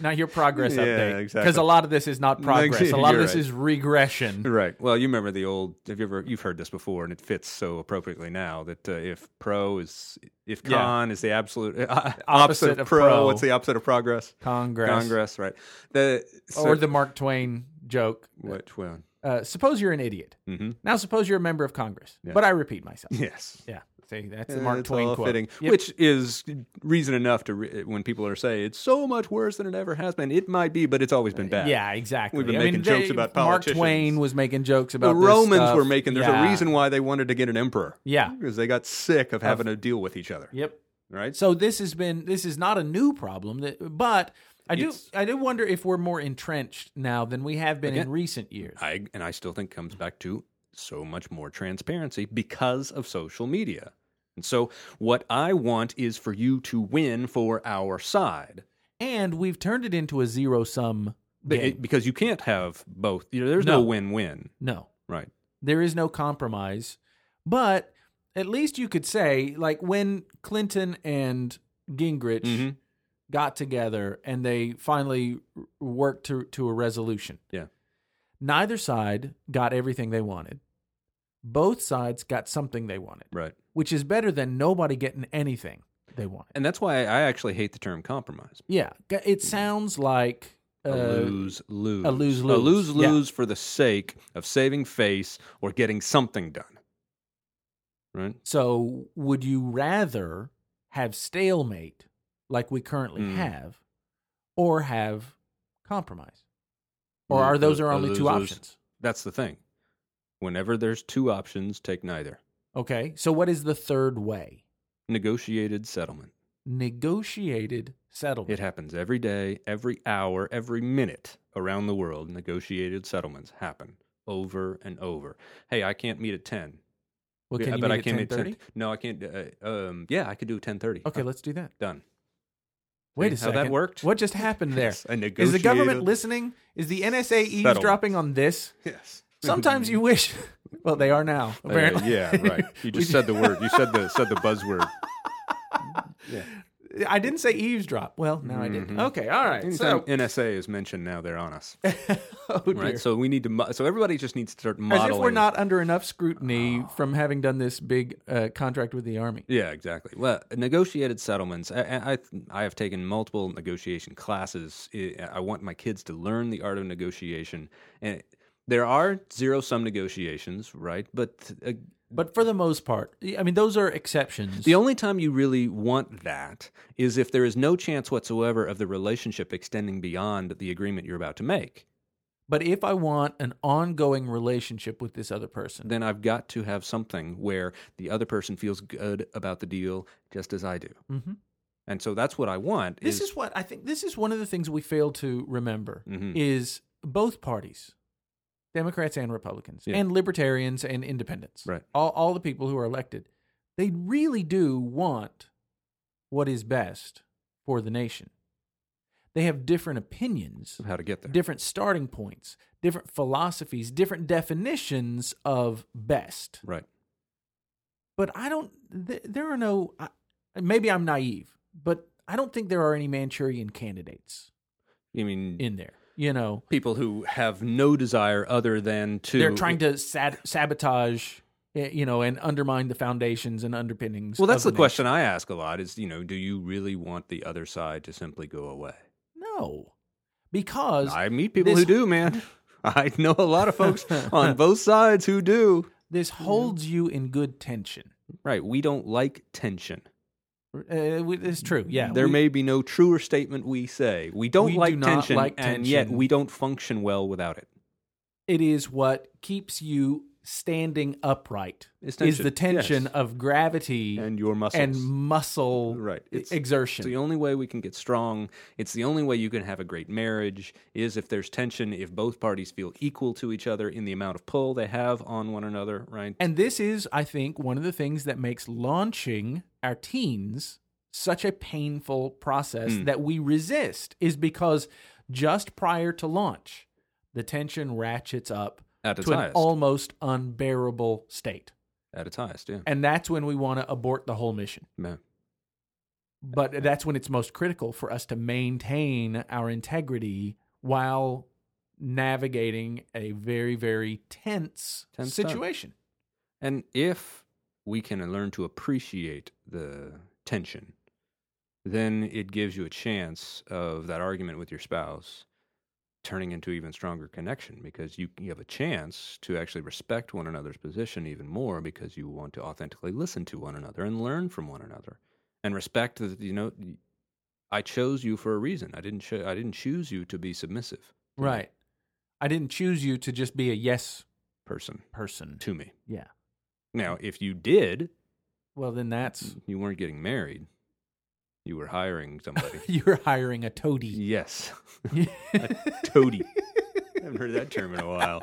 Speaker 1: Not your progress
Speaker 2: Yeah,
Speaker 1: update. Because
Speaker 2: exactly.
Speaker 1: a lot of this is not
Speaker 2: [laughs]
Speaker 1: progress. A lot of
Speaker 2: You're
Speaker 1: this
Speaker 2: right.
Speaker 1: is regression.
Speaker 2: Right. Well, you remember the old. Have you ever? You've heard this before, and it fits so appropriately now that uh, if pro is if
Speaker 1: Yeah.
Speaker 2: con is the absolute uh, [laughs] opposite,
Speaker 1: Opposite
Speaker 2: of
Speaker 1: of
Speaker 2: pro,
Speaker 1: pro.
Speaker 2: What's the opposite of progress?
Speaker 1: Congress.
Speaker 2: [laughs] Congress. Right. The so-
Speaker 1: or the Mark Twain joke.
Speaker 2: which one?
Speaker 1: [laughs] Uh, suppose you're an idiot.
Speaker 2: Mm-hmm.
Speaker 1: Now, suppose you're a member of Congress. But I repeat myself.
Speaker 2: Yes.
Speaker 1: Yeah. See, that's the
Speaker 2: Uh,
Speaker 1: Mark
Speaker 2: it's
Speaker 1: Twain
Speaker 2: all
Speaker 1: quote.
Speaker 2: fitting,
Speaker 1: Yep.
Speaker 2: which is reason enough to re- when people are saying it's so much worse than it ever has been. It might be, but it's always been bad.
Speaker 1: yeah, exactly.
Speaker 2: We've been
Speaker 1: I mean,
Speaker 2: making jokes
Speaker 1: they-
Speaker 2: about
Speaker 1: Mark
Speaker 2: politicians.
Speaker 1: Twain was making jokes about
Speaker 2: The
Speaker 1: this
Speaker 2: Romans
Speaker 1: stuff.
Speaker 2: were making. There's
Speaker 1: Yeah.
Speaker 2: a reason why they wanted to get an emperor.
Speaker 1: Yeah.
Speaker 2: Because they got sick of having to deal with each other.
Speaker 1: Yep.
Speaker 2: Right.
Speaker 1: So this has been this is not a new problem, that, but I do.
Speaker 2: It's-
Speaker 1: I do wonder if we're more entrenched now than we have been in
Speaker 2: Again,
Speaker 1: recent years.
Speaker 2: I and I still think comes back to so much more transparency because of social media. And so what I want is for you to win for our side.
Speaker 1: and we've turned it into a zero sum
Speaker 2: Be-
Speaker 1: game.
Speaker 2: because you can't have both. You know, there's no
Speaker 1: No.
Speaker 2: win-win,
Speaker 1: no,
Speaker 2: right?
Speaker 1: there is no compromise. But at least you could say, like when Clinton and Gingrich
Speaker 2: Mhm.
Speaker 1: got together and they finally r- worked to to a resolution.
Speaker 2: Yeah.
Speaker 1: Neither side got everything they wanted. Both sides got something they wanted,
Speaker 2: Right.
Speaker 1: which is better than nobody getting anything they wanted.
Speaker 2: And that's why I actually hate the term compromise.
Speaker 1: Yeah, g- it sounds like
Speaker 2: A
Speaker 1: uh,
Speaker 2: lose lose.
Speaker 1: a lose-lose.
Speaker 2: A lose
Speaker 1: Yeah.
Speaker 2: lose for the sake of saving face or getting something done. Right?
Speaker 1: So, would you rather have stalemate like we currently
Speaker 2: Mm.
Speaker 1: have, or have compromise? Or
Speaker 2: Mm,
Speaker 1: are those
Speaker 2: a-
Speaker 1: our
Speaker 2: a
Speaker 1: only two
Speaker 2: lose-lose.
Speaker 1: options?
Speaker 2: That's the thing. Whenever there's two options, take neither.
Speaker 1: Okay. So, what is the third way?
Speaker 2: Negotiated settlement.
Speaker 1: Negotiated settlement.
Speaker 2: It happens every day, every hour, every minute around the world. Negotiated settlements happen over and over. Hey, I can't meet at 10.
Speaker 1: Well,
Speaker 2: Yeah,
Speaker 1: can you
Speaker 2: but
Speaker 1: meet
Speaker 2: I
Speaker 1: at
Speaker 2: can't meet
Speaker 1: 10:30?
Speaker 2: at 10. No, I can't. Uh, um, yeah, I could do 10:30.
Speaker 1: Okay,
Speaker 2: I'm
Speaker 1: let's do that. [laughs]
Speaker 2: done.
Speaker 1: Wait a
Speaker 2: See how
Speaker 1: second.
Speaker 2: that worked?
Speaker 1: What just happened there?
Speaker 2: It's a
Speaker 1: Is the government
Speaker 2: [laughs] negotiated-
Speaker 1: listening? Is the NSA
Speaker 2: [laughs] Settlement.
Speaker 1: eavesdropping on this?
Speaker 2: Yes.
Speaker 1: [laughs] Sometimes you wish. [laughs] Well, they are now.
Speaker 2: Uh,
Speaker 1: Apparently.
Speaker 2: yeah, right. You just said the word. You said the said the buzzword.
Speaker 1: [laughs] I didn't say eavesdrop. Well, no, I didn't. Okay, all right.
Speaker 2: Mm-hmm. Anytime
Speaker 1: So,
Speaker 2: NSA is mentioned now, they're on us,
Speaker 1: oh dear.
Speaker 2: right? So we need to. Mo- so everybody just needs to start
Speaker 1: As
Speaker 2: modeling. Ah.
Speaker 1: if we're not under enough scrutiny from having done this big uh, contract with the army.
Speaker 2: Yeah, exactly. Well, negotiated settlements. I, I I- I have taken multiple negotiation classes. I I want my kids to learn the art of negotiation, and there are zero sum negotiations, right? But uh,
Speaker 1: But for the most part, I mean, those are exceptions.
Speaker 2: The only time you really want that is if there is no chance whatsoever of the relationship extending beyond the agreement you're about to make.
Speaker 1: but if I want an ongoing relationship with this other person,
Speaker 2: Then I've got to have something where the other person feels good about the deal, just as I do.
Speaker 1: Mhm.
Speaker 2: And so that's what I want.
Speaker 1: this is what I think. This is one of the things we fail to remember
Speaker 2: Mhm.
Speaker 1: is both parties, Democrats and Republicans,
Speaker 2: Yeah.
Speaker 1: and Libertarians and Independents,
Speaker 2: Right.
Speaker 1: All all the people who are elected, they really do want what is best for the nation. They have different opinions.
Speaker 2: how to get there.
Speaker 1: different starting points, different philosophies, different definitions of best.
Speaker 2: right.
Speaker 1: But I don't, th- there are no, I, maybe I'm naive, but I don't think there are any Manchurian candidates
Speaker 2: You mean
Speaker 1: in there. You know,
Speaker 2: people who have no desire other than to
Speaker 1: they're trying to sad- sabotage, eh, you know, and undermine the foundations and underpinnings.
Speaker 2: Well, that's
Speaker 1: of
Speaker 2: the question I ask a lot is, you know, do you really want the other side to simply go away?
Speaker 1: nation. No, because
Speaker 2: I meet people
Speaker 1: this-
Speaker 2: who do, man. [laughs] I know a lot of folks
Speaker 1: [laughs]
Speaker 2: on both sides who do.
Speaker 1: this holds you in good tension.
Speaker 2: Right. We don't like tension.
Speaker 1: Uh, we- it's true. Yeah.
Speaker 2: there
Speaker 1: we-
Speaker 2: may be no truer statement we say. We don't
Speaker 1: We
Speaker 2: like,
Speaker 1: do not
Speaker 2: tension,
Speaker 1: like
Speaker 2: and yet
Speaker 1: tension.
Speaker 2: we don't function well without it.
Speaker 1: it is what keeps you standing upright is
Speaker 2: It's tension,
Speaker 1: the tension
Speaker 2: yes.
Speaker 1: of gravity
Speaker 2: And your muscles.
Speaker 1: and muscle e,
Speaker 2: Right, it's-
Speaker 1: exertion
Speaker 2: it's the only way we can get strong. It's the only way you can have a great marriage is if there's tension, if both parties feel equal to each other in the amount of pull they have on one another, right?
Speaker 1: and this is i think one of the things that makes launching our teens such a painful process
Speaker 2: Hmm.
Speaker 1: that we resist is because just prior to launch the tension ratchets up
Speaker 2: At its
Speaker 1: to an
Speaker 2: highest.
Speaker 1: almost unbearable state
Speaker 2: At its highest, yeah.
Speaker 1: and that's when we want to abort the whole mission
Speaker 2: Man.
Speaker 1: but that's when it's most critical for us to maintain our integrity while navigating a very very tense,
Speaker 2: Tense time.
Speaker 1: situation
Speaker 2: And if we can learn to appreciate the tension, then it gives you a chance of that argument with your spouse turning into even stronger connection because you, you have a chance to actually respect one another's position even more because you want to authentically listen to one another and learn from one another and respect that you know I chose you for a reason. I didn't cho- I didn't choose you to be submissive
Speaker 1: right i didn't choose you to just be a yes
Speaker 2: person
Speaker 1: person
Speaker 2: to me.
Speaker 1: yeah
Speaker 2: Now, if you did,
Speaker 1: well then that's
Speaker 2: Mm. you weren't getting married. You were hiring somebody.
Speaker 1: [laughs] You're hiring a toady.
Speaker 2: [laughs] yes.
Speaker 1: [laughs]
Speaker 2: a toady. I [laughs] haven't heard that term in a while.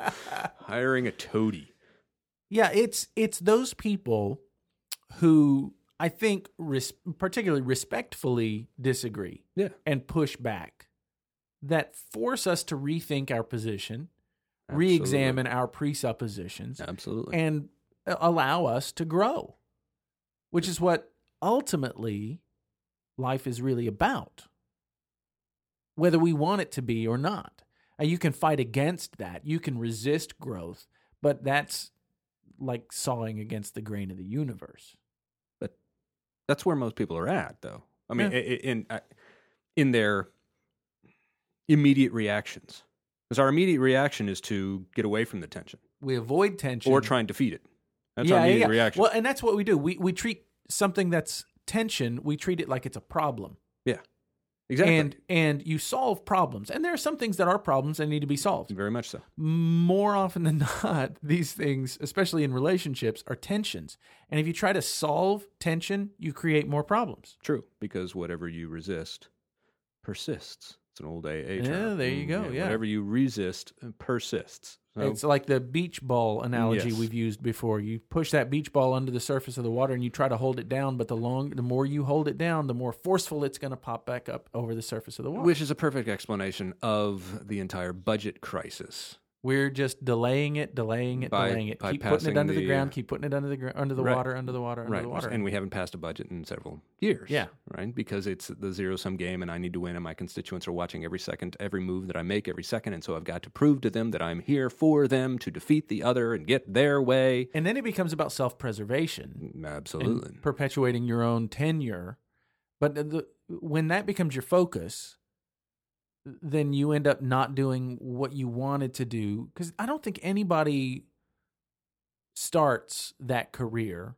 Speaker 2: Hiring a toady.
Speaker 1: Yeah, it's it's those people who I think res- particularly respectfully disagree
Speaker 2: Yeah.
Speaker 1: and push back that force us to rethink our position,
Speaker 2: Absolutely.
Speaker 1: re-examine our presuppositions
Speaker 2: Absolutely.
Speaker 1: and a- allow us to grow, which is what ultimately life is really about, whether we want it to be or not. And you can fight against that, you can resist growth, but that's like sawing against the grain of the universe.
Speaker 2: that's where most people are at though i mean
Speaker 1: Yeah.
Speaker 2: i i- in I- in their immediate reactions because our immediate reaction is to get away from the tension
Speaker 1: We avoid tension
Speaker 2: or try and defeat it that's our immediate reaction
Speaker 1: Well, and that's what we do. We we treat something that's tension, we treat it like it's a problem.
Speaker 2: exactly
Speaker 1: And and you solve problems. And there are some things that are problems and need to be solved.
Speaker 2: very much so
Speaker 1: more often than [laughs] not, these things, especially in relationships, are tensions. And if you try to solve tension, you create more problems.
Speaker 2: true because whatever you resist persists it's an old aa term
Speaker 1: Yeah, there you
Speaker 2: Mm,
Speaker 1: go, yeah.
Speaker 2: whatever you resist uh, persists So,
Speaker 1: It's like the beach ball analogy
Speaker 2: Yes.
Speaker 1: we've used before. You push that beach ball under the surface of the water and you try to hold it down, but the long the more you hold it down, the more forceful it's going to pop back up over the surface of the water.
Speaker 2: which is a perfect explanation of the entire budget crisis
Speaker 1: We're just delaying it, delaying it,
Speaker 2: By-
Speaker 1: delaying it.
Speaker 2: by
Speaker 1: Keep putting it
Speaker 2: passing
Speaker 1: under the,
Speaker 2: the- uh,
Speaker 1: ground, keep putting it under the ground, under the
Speaker 2: Right.
Speaker 1: water, under the water, under
Speaker 2: right
Speaker 1: the water.
Speaker 2: and we haven't passed a budget in several years
Speaker 1: Yeah.
Speaker 2: right because it's the zero sum game and i need to win and my constituents are watching every second every move that i make every second and so i've got to prove to them that i'm here for them to defeat the other and get their way
Speaker 1: and then it becomes about self-preservation.
Speaker 2: absolutely
Speaker 1: and perpetuating your own tenure. But the- the, when that becomes your focus, then you end up not doing what you wanted to do. Because I don't think anybody starts that career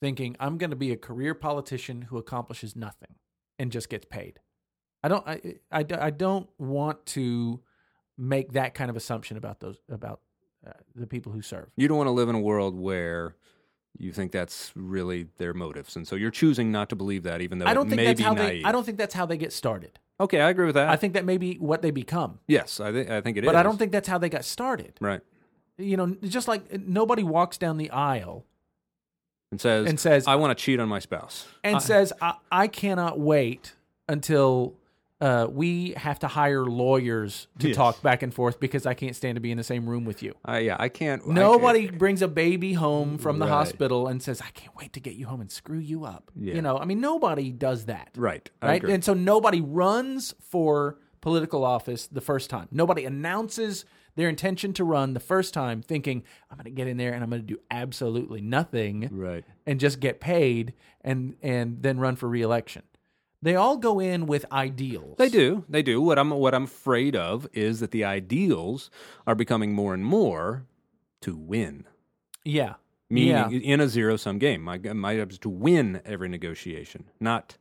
Speaker 1: thinking, I'm going to be a career politician who accomplishes nothing and just gets paid. I don't, I, I, I don't want to make that kind of assumption about those, about uh, the people who serve.
Speaker 2: you don't want to live in a world where you think that's really their motives and so you're choosing not to believe that even though
Speaker 1: I don't
Speaker 2: it
Speaker 1: think
Speaker 2: may
Speaker 1: that's
Speaker 2: be
Speaker 1: how
Speaker 2: naive
Speaker 1: they, I don't think that's how they get started.
Speaker 2: okay i agree with that
Speaker 1: I think that may be what they become,
Speaker 2: yes i think i think it is.
Speaker 1: but I don't think that's how they got started.
Speaker 2: right
Speaker 1: You know, just like nobody walks down the aisle
Speaker 2: and says
Speaker 1: And says-
Speaker 2: i want to cheat on my spouse
Speaker 1: and says, I, "I cannot wait until uh, we have to hire lawyers to
Speaker 2: Yes.
Speaker 1: talk back and forth because I can't stand to be in the same room with you."
Speaker 2: I, yeah i can't I can't-
Speaker 1: Nobody brings a baby home from the
Speaker 2: Right.
Speaker 1: hospital and says, "I can't wait to get you home and screw you up."
Speaker 2: Yeah.
Speaker 1: You know, I mean, nobody does that,
Speaker 2: right I
Speaker 1: right?
Speaker 2: agree.
Speaker 1: And so nobody runs for political office the first time. Nobody announces their intention to run the first time thinking, I'm going to get in there and I'm going to do absolutely nothing
Speaker 2: right
Speaker 1: and just get paid and and then run for reelection. They all go in with ideals.
Speaker 2: They do. They do. What I'm what I'm afraid of is that the ideals are becoming more and more to win.
Speaker 1: Yeah.
Speaker 2: Meaning
Speaker 1: yeah.
Speaker 2: in a zero sum game. My my job is to win every negotiation, not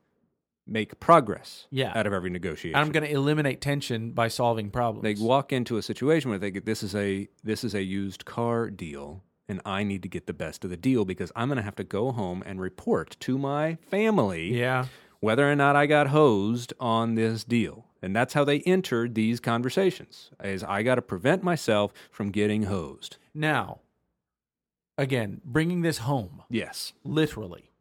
Speaker 2: make progress
Speaker 1: Yeah.
Speaker 2: out of every negotiation.
Speaker 1: I'm going to eliminate tension by solving problems.
Speaker 2: they walk into a situation where they get this is a this is a used car deal and I need to get the best of the deal because I'm going to have to go home and report to my family
Speaker 1: yeah.
Speaker 2: whether or not I got hosed on this deal. And that's how they entered these conversations. Is I got to prevent myself from getting hosed.
Speaker 1: Now, again, bringing this home
Speaker 2: Yes,
Speaker 1: literally.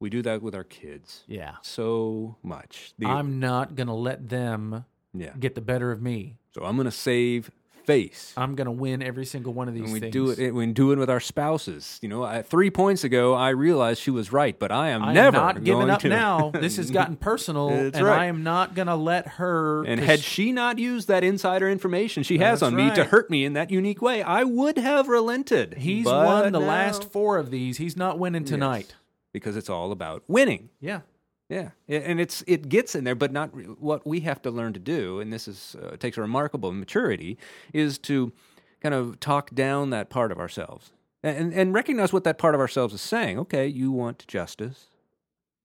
Speaker 2: we do that with our kids
Speaker 1: Yeah.
Speaker 2: so much. The-
Speaker 1: I'm not going to let them
Speaker 2: yeah.
Speaker 1: get the better of me.
Speaker 2: So I'm going to save face.
Speaker 1: I'm going to win every single one of these
Speaker 2: When we
Speaker 1: things.
Speaker 2: do it, it- when do it with our spouses, you know, I, three points ago I realized she was right, but I am
Speaker 1: I'm
Speaker 2: never
Speaker 1: not giving
Speaker 2: going
Speaker 1: up
Speaker 2: to-
Speaker 1: now.
Speaker 2: [laughs]
Speaker 1: This has gotten personal,
Speaker 2: That's
Speaker 1: and
Speaker 2: right.
Speaker 1: I am not going to let her.
Speaker 2: And
Speaker 1: 'cause
Speaker 2: had she not used that insider information she has
Speaker 1: That's
Speaker 2: on me to
Speaker 1: right.
Speaker 2: hurt me in that unique way, I would have relented.
Speaker 1: he's
Speaker 2: But
Speaker 1: won the
Speaker 2: now-
Speaker 1: last four of these. He's not winning tonight.
Speaker 2: because it's all about winning.
Speaker 1: Yeah.
Speaker 2: Yeah, A- and it's it gets in there, but not re- what we have to learn to do. And this is uh, takes a remarkable maturity is to kind of talk down that part of ourselves and and recognize what that part of ourselves is saying. Okay, you want justice.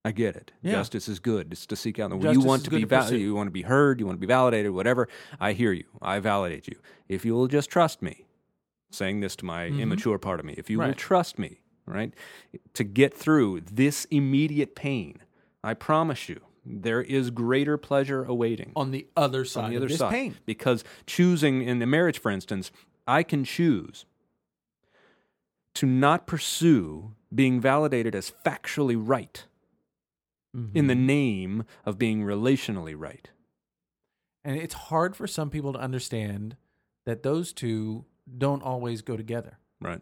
Speaker 2: I get it.
Speaker 1: Yeah.
Speaker 2: Justice is good. It's to seek out the
Speaker 1: Justice
Speaker 2: you want
Speaker 1: is
Speaker 2: to
Speaker 1: good
Speaker 2: be
Speaker 1: to
Speaker 2: val-
Speaker 1: pursue.
Speaker 2: you want to be heard. You want to be validated. Whatever. I hear you. I validate you. If you will just trust me, saying this to my immature part of me. If you will
Speaker 1: Mm-hmm. Right.
Speaker 2: trust me, right, to get through this immediate pain, I promise you, there is greater pleasure awaiting
Speaker 1: on the other side
Speaker 2: on the
Speaker 1: of
Speaker 2: other
Speaker 1: this
Speaker 2: side.
Speaker 1: pain.
Speaker 2: Because choosing in the marriage, for instance, I can choose to not pursue being validated as factually right in the
Speaker 1: Mm-hmm.
Speaker 2: name of being relationally right.
Speaker 1: And it's hard for some people to understand that those two don't always go together.
Speaker 2: Right.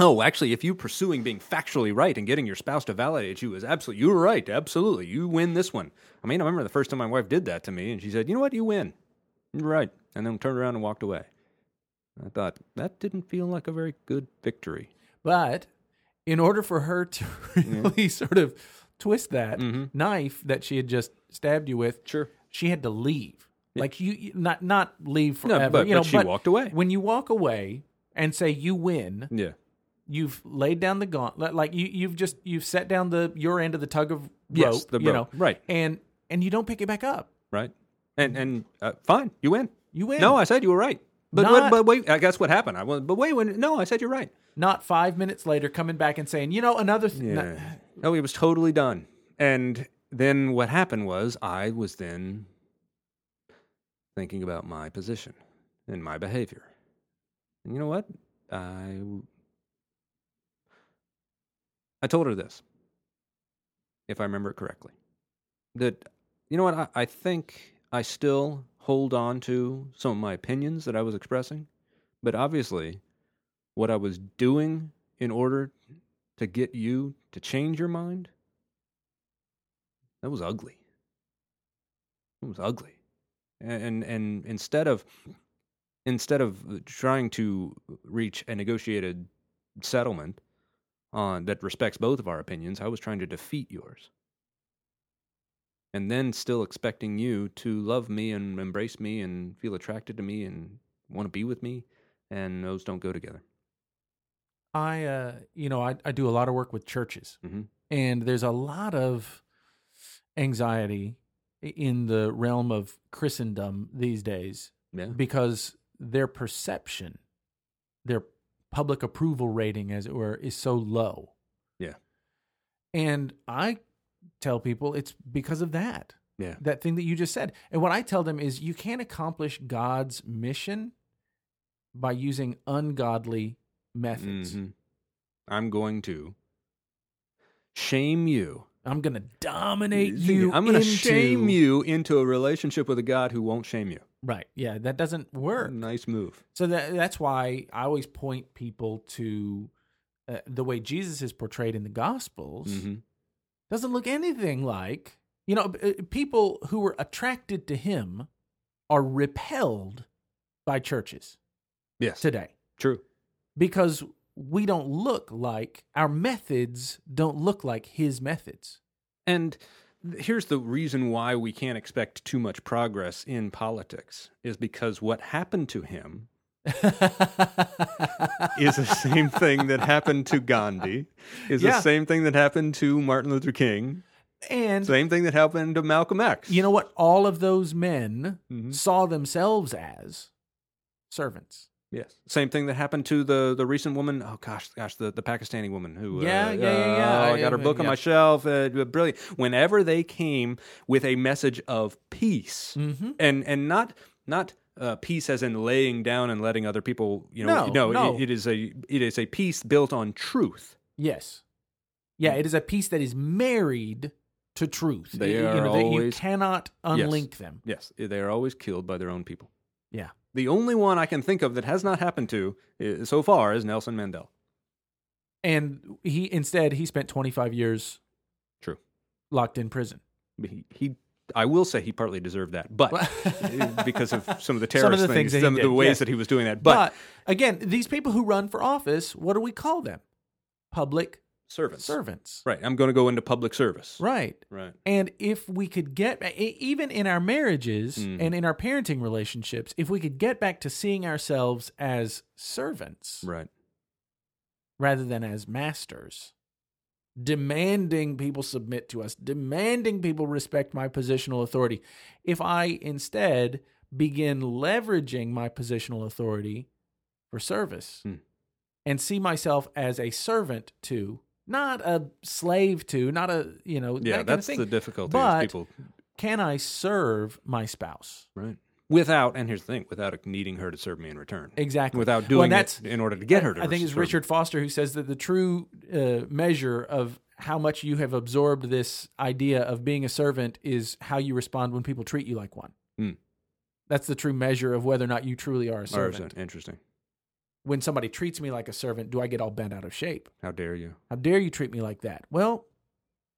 Speaker 2: Oh, actually, if you pursuing being factually right and getting your spouse to validate you is absolutely, you're right, absolutely, you win this one. I mean, I remember the first time my wife did that to me, and she said, "You know what? You win." You're right, and then turned around and walked away. I thought that didn't feel like a very good victory.
Speaker 1: But in order for her to [laughs] really sort of twist that knife that she had just stabbed you with,
Speaker 2: Mm-hmm. Sure.
Speaker 1: she had to leave. Like you- you, not not leave
Speaker 2: No,
Speaker 1: forever.
Speaker 2: but-
Speaker 1: you know,
Speaker 2: but she walked away.
Speaker 1: When you walk away and say you win,
Speaker 2: Yeah.
Speaker 1: you've laid down the gauntlet. Like you, you've just you've set down the your end of the tug of rope.
Speaker 2: Yes, the
Speaker 1: you
Speaker 2: rope,
Speaker 1: know,
Speaker 2: right.
Speaker 1: And and you don't pick it back up.
Speaker 2: Right. And and uh, fine, you win.
Speaker 1: You win.
Speaker 2: No, I said you were right. But but,
Speaker 1: Not-
Speaker 2: but wait, I guess what happened. I was, but wait, when no, I said you're right.
Speaker 1: Not five minutes later, coming back and saying, you know, another. Th- no-
Speaker 2: Yeah. No, it was totally done. And then what happened was I was then thinking about my position and my behavior. And you know what? I I told her this, if I remember it correctly, that you know what? I, I think I still hold on to some of my opinions that I was expressing, but obviously, what I was doing in order to get you to change your mind? That was ugly. It was ugly. And and instead of instead of trying to reach a negotiated settlement on that respects both of our opinions, I was trying to defeat yours. And then still expecting you to love me and embrace me and feel attracted to me and want to be with me, and those don't go together.
Speaker 1: I, uh, you know, I, I do a lot of work with churches,
Speaker 2: Mhm.
Speaker 1: and there's a lot of anxiety i- in the realm of Christendom these days
Speaker 2: Yeah.
Speaker 1: because their perception, their public approval rating, as it were, is so low.
Speaker 2: Yeah.
Speaker 1: And I tell people it's because of that,
Speaker 2: Yeah.
Speaker 1: that thing that you just said. And what I tell them is you can't accomplish God's mission by using ungodly methods.
Speaker 2: Mhm. I'm going to shame you.
Speaker 1: I'm gonna dominate
Speaker 2: See,
Speaker 1: you.
Speaker 2: I'm going to
Speaker 1: into-
Speaker 2: shame you into a relationship with a God who won't shame you.
Speaker 1: Right? Yeah, that doesn't work.
Speaker 2: Nice move.
Speaker 1: So that that's why I always point people to uh, the way Jesus is portrayed in the Gospels.
Speaker 2: Mhm.
Speaker 1: Doesn't look anything like you know uh, people who were attracted to him are repelled by churches
Speaker 2: Yes.
Speaker 1: today
Speaker 2: True.
Speaker 1: because we don't look like our methods don't look like his methods. [laughs]
Speaker 2: And th- here's the reason why we can't expect too much progress in politics is because what happened to him is the [laughs] same thing that happened to Gandhi, is
Speaker 1: Yeah.
Speaker 2: the same thing that happened to Martin Luther King,
Speaker 1: and
Speaker 2: same thing that happened to Malcolm X. Mm-hmm.
Speaker 1: you know what all of those men saw themselves as servants
Speaker 2: Yes. Same thing that happened to the the recent woman. Oh gosh, gosh, the, the Pakistani woman who.
Speaker 1: Yeah,
Speaker 2: uh,
Speaker 1: yeah, yeah, yeah.
Speaker 2: oh, I got her
Speaker 1: I-
Speaker 2: book on
Speaker 1: yeah.
Speaker 2: my shelf. Uh, brilliant. Whenever they came with a message of peace,
Speaker 1: mm-hmm.
Speaker 2: and and not not uh, peace as in laying down and letting other people, you know,
Speaker 1: No,
Speaker 2: it-
Speaker 1: no.
Speaker 2: it is a it is a peace built on truth.
Speaker 1: yes yeah it is a piece that is married to truth
Speaker 2: Mm. They
Speaker 1: you,
Speaker 2: are
Speaker 1: know, that you
Speaker 2: always-
Speaker 1: cannot unlink them
Speaker 2: Yes, they are always killed by their own people.
Speaker 1: yeah
Speaker 2: The only one I can think of that has not happened to uh, so far is Nelson Mandela.
Speaker 1: and he instead he spent 25 years
Speaker 2: True.
Speaker 1: locked in prison
Speaker 2: he, he I will say he partly deserved that, but [laughs] because of some of the terrorist
Speaker 1: [laughs] Some of the things
Speaker 2: things,
Speaker 1: that he
Speaker 2: some of the
Speaker 1: did,
Speaker 2: ways
Speaker 1: yes.
Speaker 2: that he was doing that, but,
Speaker 1: again these people who run for office what do we call them public
Speaker 2: servants.
Speaker 1: servants
Speaker 2: Right. I'm going to go into public service.
Speaker 1: right
Speaker 2: Right.
Speaker 1: And if we could get e- even in our marriages
Speaker 2: Mhm.
Speaker 1: and in our parenting relationships, if we could get back to seeing ourselves as servants
Speaker 2: Right.
Speaker 1: rather than as masters, demanding people submit to us, demanding people respect my positional authority, if I instead begin leveraging my positional authority for service
Speaker 2: Hmm.
Speaker 1: and see myself as a servant to not a slave to, not a you know.
Speaker 2: Yeah,
Speaker 1: that kind of
Speaker 2: that's
Speaker 1: thing.
Speaker 2: the difficulty. is
Speaker 1: But-
Speaker 2: people,
Speaker 1: Can I serve my spouse?
Speaker 2: right? Without, and here's the thing: without needing her to serve me in return,
Speaker 1: Exactly.
Speaker 2: without
Speaker 1: Well,
Speaker 2: doing
Speaker 1: that's-
Speaker 2: it in order to get her to.
Speaker 1: I think it's
Speaker 2: serve me.
Speaker 1: Richard Foster who says that the true uh, measure of how much you have absorbed this idea of being a servant is how you respond when people treat you like one.
Speaker 2: Hmm.
Speaker 1: That's the true measure of whether or not you truly are a
Speaker 2: Or is
Speaker 1: servant.
Speaker 2: it Interesting.
Speaker 1: When somebody treats me like a servant, do I get all bent out of shape?
Speaker 2: How dare you?
Speaker 1: How dare you treat me like that? Well,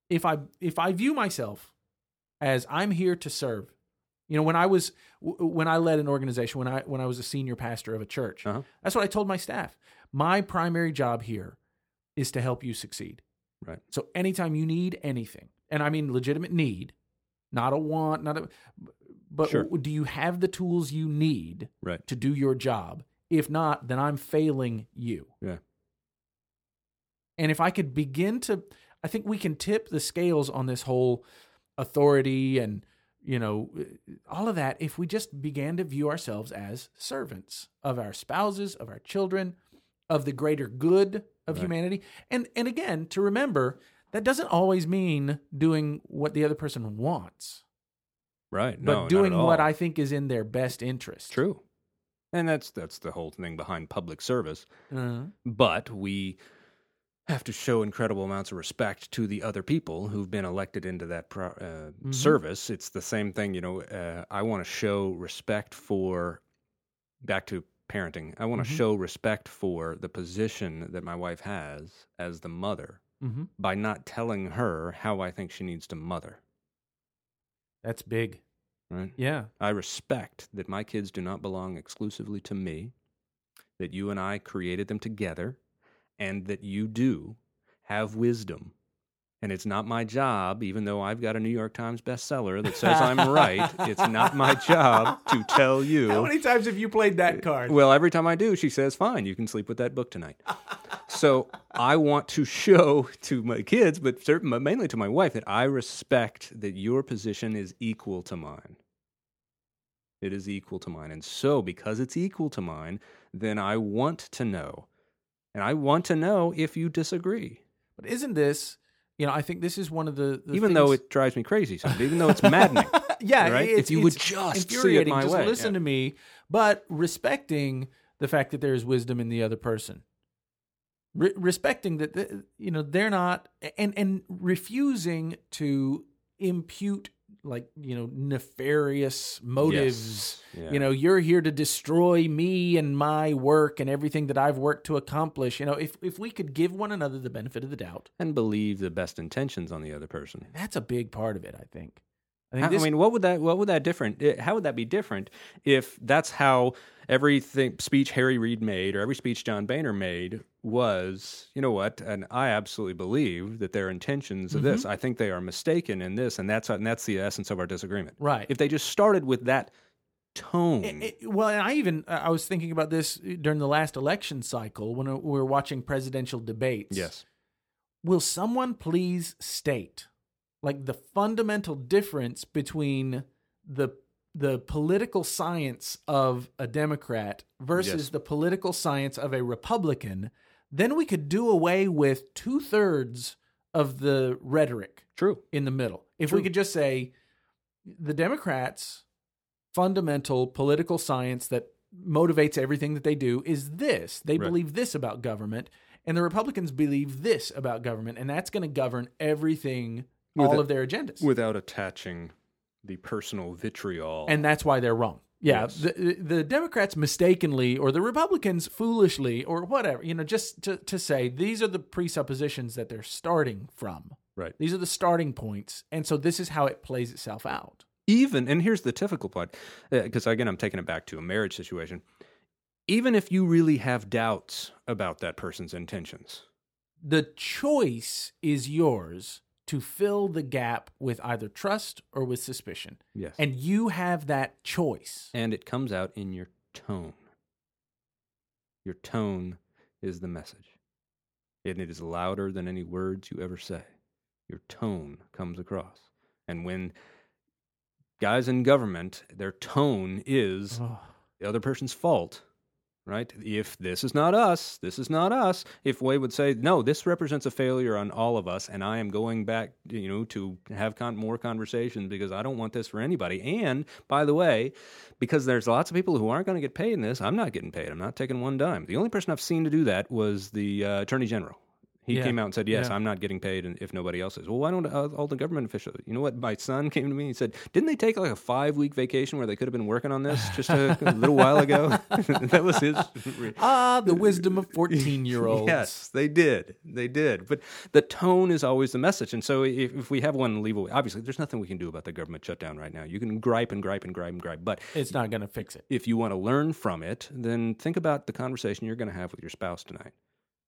Speaker 1: if I if I view myself as I'm here to serve, you know, when I was w- when I led an organization, when I when I was a senior pastor of a church,
Speaker 2: Uh-huh.
Speaker 1: that's what I told my staff. My primary job here is to help you succeed.
Speaker 2: Right.
Speaker 1: So anytime you need anything, and I mean legitimate need, not a want, not a, but
Speaker 2: Sure.
Speaker 1: do you have the tools you need
Speaker 2: Right.
Speaker 1: to do your job? If not, then I'm failing you.
Speaker 2: Yeah.
Speaker 1: And if I could begin to, I think we can tip the scales on this whole authority and, you know, all of that if we just began to view ourselves as servants of our spouses, of our children, of the greater good of
Speaker 2: Right.
Speaker 1: humanity. And and again, to remember that doesn't always mean doing what the other person wants,
Speaker 2: Right.
Speaker 1: but
Speaker 2: no, not at
Speaker 1: doing what
Speaker 2: all.
Speaker 1: I think is in their best interest.
Speaker 2: True. And that's that's the whole thing behind public service.
Speaker 1: Uh,
Speaker 2: But we have to show incredible amounts of respect to the other people who've been elected into that pro- uh, service. It's the same thing, you know. Uh, I want to show respect for back to parenting. I want to
Speaker 1: Mhm.
Speaker 2: show respect for the position that my wife has as the mother
Speaker 1: mhm.
Speaker 2: by not telling her how I think she needs to mother.
Speaker 1: That's big.
Speaker 2: Right.
Speaker 1: Yeah.
Speaker 2: I respect that my kids do not belong exclusively to me, that you and I created them together, and that you do have wisdom. And it's not my job, even though I've got a New York Times bestseller that says I'm right, it's
Speaker 1: [laughs]
Speaker 2: not my job to tell you. Uh,
Speaker 1: How many times have you played that card?
Speaker 2: [laughs] Well, every time I do, she says, "Fine, you can sleep with that
Speaker 1: [laughs]
Speaker 2: book tonight." so I want to show to my kids, but cer- but mainly to my wife, that I respect that your position is equal to mine. It is equal to mine, and so because it's equal to mine, then I want to know, and I want to know if you disagree,
Speaker 1: But isn't this, you know, I think this is one of the, the
Speaker 2: even though
Speaker 1: things-
Speaker 2: it drives me crazy, sometimes, even
Speaker 1: [laughs]
Speaker 2: though it's [laughs] maddening.
Speaker 1: yeah,
Speaker 2: right?
Speaker 1: it's,
Speaker 2: If you would
Speaker 1: it's
Speaker 2: just see it
Speaker 1: infuriating,
Speaker 2: my
Speaker 1: just
Speaker 2: way,
Speaker 1: listen
Speaker 2: yeah.
Speaker 1: to me, but respecting the fact that there is wisdom in the other person, Re- respecting that th- you know they're not, and and refusing to impute like you know nefarious motives.
Speaker 2: Yes. Yeah.
Speaker 1: You know, you're here to destroy me and my work and everything that I've worked to accomplish. You know, if if we could give one another the benefit of the doubt,
Speaker 2: and believe the best intentions on the other person.
Speaker 1: that's a big part of it. I think. I
Speaker 2: How-
Speaker 1: think this,
Speaker 2: I mean, what would that what would that different? eh, How would that be different if that's how every thi- speech Harry Reid made or every speech John Boehner made was? You know what? And I absolutely believe that their intentions of this. I think they are mistaken in this, and that's and that's the essence of our disagreement.
Speaker 1: right.
Speaker 2: If they just started with that tone,
Speaker 1: It- it- well, and I even uh, I was thinking about this during the last election cycle when uh, we were watching presidential debates.
Speaker 2: yes,
Speaker 1: Will someone please state like the fundamental difference between the the political science of a Democrat versus
Speaker 2: Yes.
Speaker 1: the political science of a Republican? Then we could do away with two thirds of the rhetoric
Speaker 2: true,
Speaker 1: in the middle. If we
Speaker 2: True.
Speaker 1: could just say the Democrats' fundamental political science that motivates everything that they do is this they
Speaker 2: Right.
Speaker 1: believe this about government, and the Republicans believe this about government, and that's going to govern everything,
Speaker 2: With
Speaker 1: all
Speaker 2: a-
Speaker 1: of their agendas.
Speaker 2: without attaching the personal vitriol.
Speaker 1: and that's why they're wrong. Yeah,
Speaker 2: Yes.
Speaker 1: the, the Democrats mistakenly, or the Republicans foolishly, or whatever, you know, just to, to say these are the presuppositions that they're starting from.
Speaker 2: right.
Speaker 1: These are the starting points. And so this is how it plays itself out.
Speaker 2: even and here's the difficult part because again i'm taking it back to a marriage situation even if you really have doubts about that person's intentions
Speaker 1: the choice is yours to fill the gap with either trust or with suspicion.
Speaker 2: yes and,
Speaker 1: And you have that choice.
Speaker 2: and it comes out in your tone your tone is the message and it is louder than any words you ever say your tone comes across and when guys in government their tone is
Speaker 1: Oh,
Speaker 2: the other person's fault right? If this is not us, this is not us. If Way would say, no, this represents a failure on all of us, and I am going back, you know, to have con- more conversations because I don't want this for anybody. And by the way, because there's lots of people who aren't going to get paid in this, I'm not getting paid. I'm not taking one dime. The only person I've seen to do that was the uh, Attorney General. He
Speaker 1: Yeah.
Speaker 2: came out and said, "Yes,
Speaker 1: Yeah.
Speaker 2: I'm not getting paid, and if nobody else is, well, why don't uh, all the government officials? You know what? My son came to me and said, "Didn't they take like a five week vacation where they could have been working on this just a, a little while ago?" [laughs] that was his. re-
Speaker 1: Ah, the wisdom of 14 year olds.
Speaker 2: [laughs] Yes, they did. They did. But the tone is always the message. And so if, if we have one leave away, obviously there's nothing we can do about the government shutdown right now. You can gripe and gripe and gripe and gripe. But
Speaker 1: It's not going to fix it.
Speaker 2: if you want to learn from it, then think about the conversation you're going to have with your spouse tonight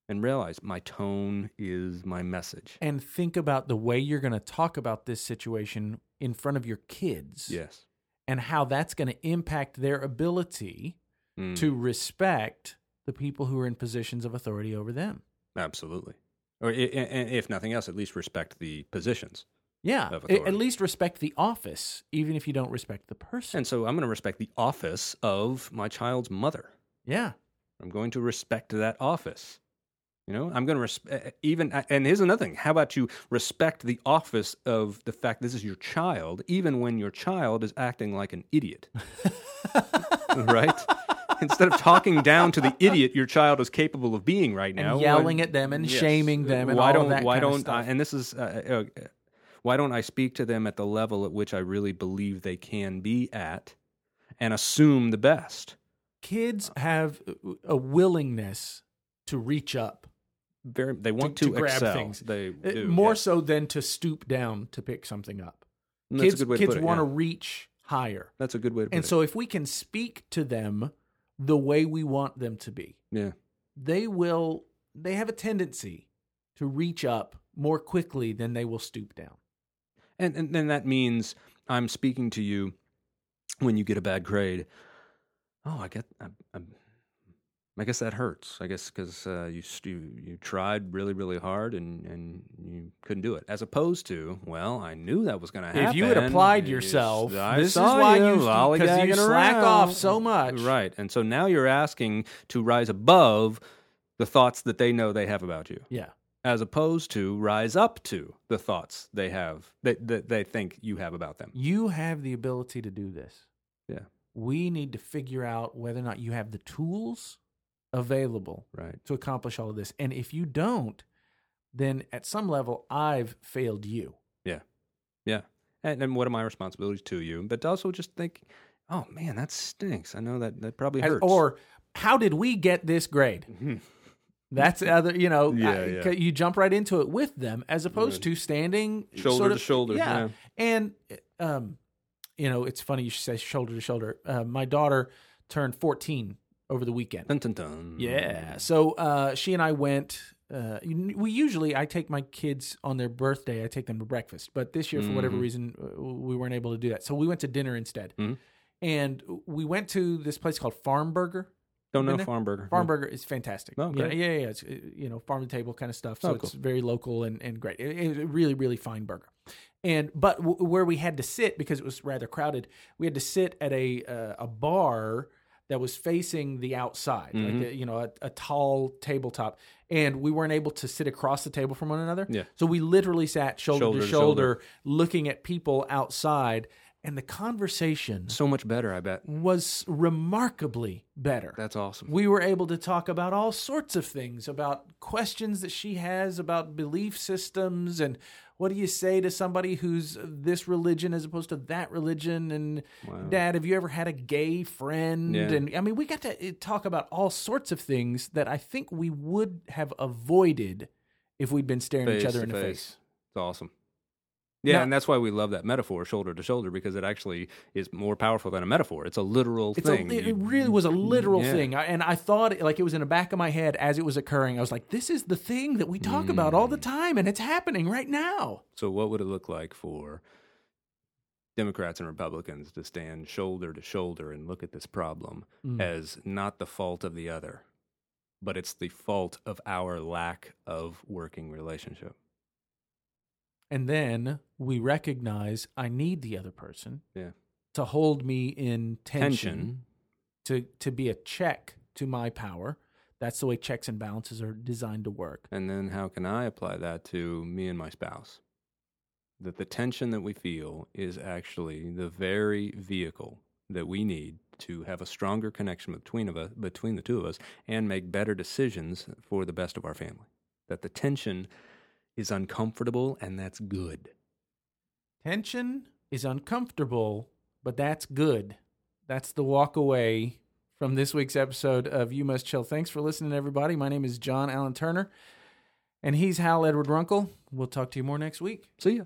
Speaker 2: and realize my tone is my message.
Speaker 1: And think about the way you're going to talk about this situation in front of your kids
Speaker 2: Yes.
Speaker 1: and how that's going to impact their ability
Speaker 2: Mm,
Speaker 1: to respect the people who are in positions of authority over them.
Speaker 2: Absolutely. Or i- i- i- if nothing else, at least respect the positions.
Speaker 1: Yeah.
Speaker 2: Of
Speaker 1: a- At
Speaker 2: authority.
Speaker 1: least respect the office, even if you don't respect the person.
Speaker 2: And so I'm going to respect the office of my child's mother.
Speaker 1: yeah.
Speaker 2: I'm going to respect that office. You know, I'm going to respect eh, even. And here's another thing: How about you respect the office of the fact this is your child, even when your child is acting like an
Speaker 1: [laughs]
Speaker 2: idiot, right? Instead of talking down to the idiot your child is capable of being right now,
Speaker 1: And yelling at them and
Speaker 2: Yes. Uh,
Speaker 1: shaming them and
Speaker 2: why
Speaker 1: all
Speaker 2: don't
Speaker 1: of that
Speaker 2: why
Speaker 1: kind
Speaker 2: don't
Speaker 1: of stuff.
Speaker 2: I, and this is uh, uh, uh, why don't I speak to them at the level at which I really believe they can be at, and assume the best.
Speaker 1: kids have a willingness to reach up
Speaker 2: Very, they want
Speaker 1: to
Speaker 2: to,
Speaker 1: grab
Speaker 2: excel.
Speaker 1: things.
Speaker 2: They
Speaker 1: eh,
Speaker 2: do,
Speaker 1: more
Speaker 2: yes.
Speaker 1: so than to stoop down to pick something up.
Speaker 2: And
Speaker 1: kids
Speaker 2: Mm, that's a good way
Speaker 1: kids
Speaker 2: to put it.
Speaker 1: want to
Speaker 2: yeah.
Speaker 1: reach higher.
Speaker 2: That's a good way to put
Speaker 1: And
Speaker 2: it.
Speaker 1: so if we can speak to them the way we want them to be,
Speaker 2: yeah,
Speaker 1: they will they have a tendency to reach up more quickly than they will stoop down.
Speaker 2: and and then that means I'm speaking to you when you get a bad grade. Oh, I get. I, I, I guess that hurts. I guess because uh, you, st- you you tried really really hard and and you couldn't do it. As opposed to, well, I knew that was going to happen.
Speaker 1: If you had applied
Speaker 2: Yes,
Speaker 1: yourself,
Speaker 2: I
Speaker 1: this is
Speaker 2: saw
Speaker 1: why
Speaker 2: you
Speaker 1: you because you
Speaker 2: lollygagging
Speaker 1: slack
Speaker 2: around.
Speaker 1: off so much.
Speaker 2: right? And so now you're asking to rise above the thoughts that they know they have about you.
Speaker 1: Yeah.
Speaker 2: as opposed to rise up to the thoughts they have that, that they think you have about them.
Speaker 1: You have the ability to do this.
Speaker 2: Yeah.
Speaker 1: We need to figure out whether or not you have the tools available
Speaker 2: Right.
Speaker 1: to accomplish all of this. And if you don't, then at some level, I've failed you.
Speaker 2: Yeah. And, and what are my responsibilities to you? But also just think, oh man, that stinks. I know that that probably
Speaker 1: As-
Speaker 2: hurts. Mm-hmm.
Speaker 1: or how did we get this grade? That's the other, you know,
Speaker 2: Yeah,
Speaker 1: I-
Speaker 2: yeah.
Speaker 1: c- you jump right into it with them as opposed
Speaker 2: Right.
Speaker 1: to standing
Speaker 2: Shoulder
Speaker 1: sort
Speaker 2: to
Speaker 1: of-
Speaker 2: shoulder, yeah.
Speaker 1: And, um, you know, it's funny you should say shoulder to shoulder. Uh, my daughter turned 14 over the weekend.
Speaker 2: dun, dun, dun. Mm.
Speaker 1: Yeah. So uh, she and I went. Uh, we usually I take my kids on their birthday. I take them to breakfast, but this year for whatever
Speaker 2: Mhm.
Speaker 1: reason uh, we weren't able to do that. So we went to dinner instead,
Speaker 2: Mhm.
Speaker 1: and we went to this place called Farm Burger.
Speaker 2: Don't know
Speaker 1: Been there?
Speaker 2: Farmburger.
Speaker 1: Farm Burger is fantastic.
Speaker 2: Oh,
Speaker 1: yeah,
Speaker 2: great.
Speaker 1: yeah, yeah. It's uh, you know farm to table kind of stuff. So
Speaker 2: Oh,
Speaker 1: it's very local and and great. It, it's a really really fine burger. And but w- where we had to sit because it was rather crowded, we had to sit at a uh, a bar that was facing the outside,
Speaker 2: Mm-hmm.
Speaker 1: like a, you know a, a tall tabletop, and we weren't able to sit across the table from one another.
Speaker 2: Yeah.
Speaker 1: So we literally sat shoulder,
Speaker 2: Shoulder
Speaker 1: to
Speaker 2: to
Speaker 1: shoulder,
Speaker 2: shoulder.
Speaker 1: looking at people outside, and the conversation
Speaker 2: So much better, I bet.
Speaker 1: was remarkably better
Speaker 2: That's awesome.
Speaker 1: we were able to talk about all sorts of things about questions that she has about belief systems and what do you say to somebody who's this religion as opposed to that religion and dad have you ever had a gay friend
Speaker 2: Yeah.
Speaker 1: and i mean we got to eh, talk about all sorts of things that i think we would have avoided if we'd been staring each
Speaker 2: Face
Speaker 1: other
Speaker 2: to
Speaker 1: in the
Speaker 2: face.
Speaker 1: face
Speaker 2: It's awesome. Yeah,
Speaker 1: Now-
Speaker 2: and that's why we love that metaphor, shoulder to shoulder, because it actually is more powerful than a metaphor. It's a literal
Speaker 1: it's
Speaker 2: thing.
Speaker 1: a, it
Speaker 2: You-
Speaker 1: really was a literal
Speaker 2: Yeah.
Speaker 1: thing I, and i thought like it was in the back of my head as it was occurring i was like this is the thing that we talk about all the
Speaker 2: Mm.
Speaker 1: time and it's happening right now
Speaker 2: So, what would it look like for Democrats and Republicans to stand shoulder to shoulder and look at this problem
Speaker 1: Hmm. Eh.
Speaker 2: as not the fault of the other, but it's the fault of our lack of working relationship?
Speaker 1: And then we recognize I need the other person
Speaker 2: Yeah.
Speaker 1: to hold me in tension,
Speaker 2: Tension.
Speaker 1: to to be a check to my power. That's the way checks and balances are designed to work.
Speaker 2: And then how can I apply that to me and my spouse? That the tension that we feel is actually the very vehicle that we need to have a stronger connection between of us, between the two of us and make better decisions for the best of our family. That the tension is uncomfortable and that's good.
Speaker 1: Tension is uncomfortable, but that's good. That's the walk away from this week's episode of You Must Chill. Thanks for listening, everybody. My name is John Allen Turner, and he's Hal Edward Runkle. We'll talk to you more next week.
Speaker 2: See ya.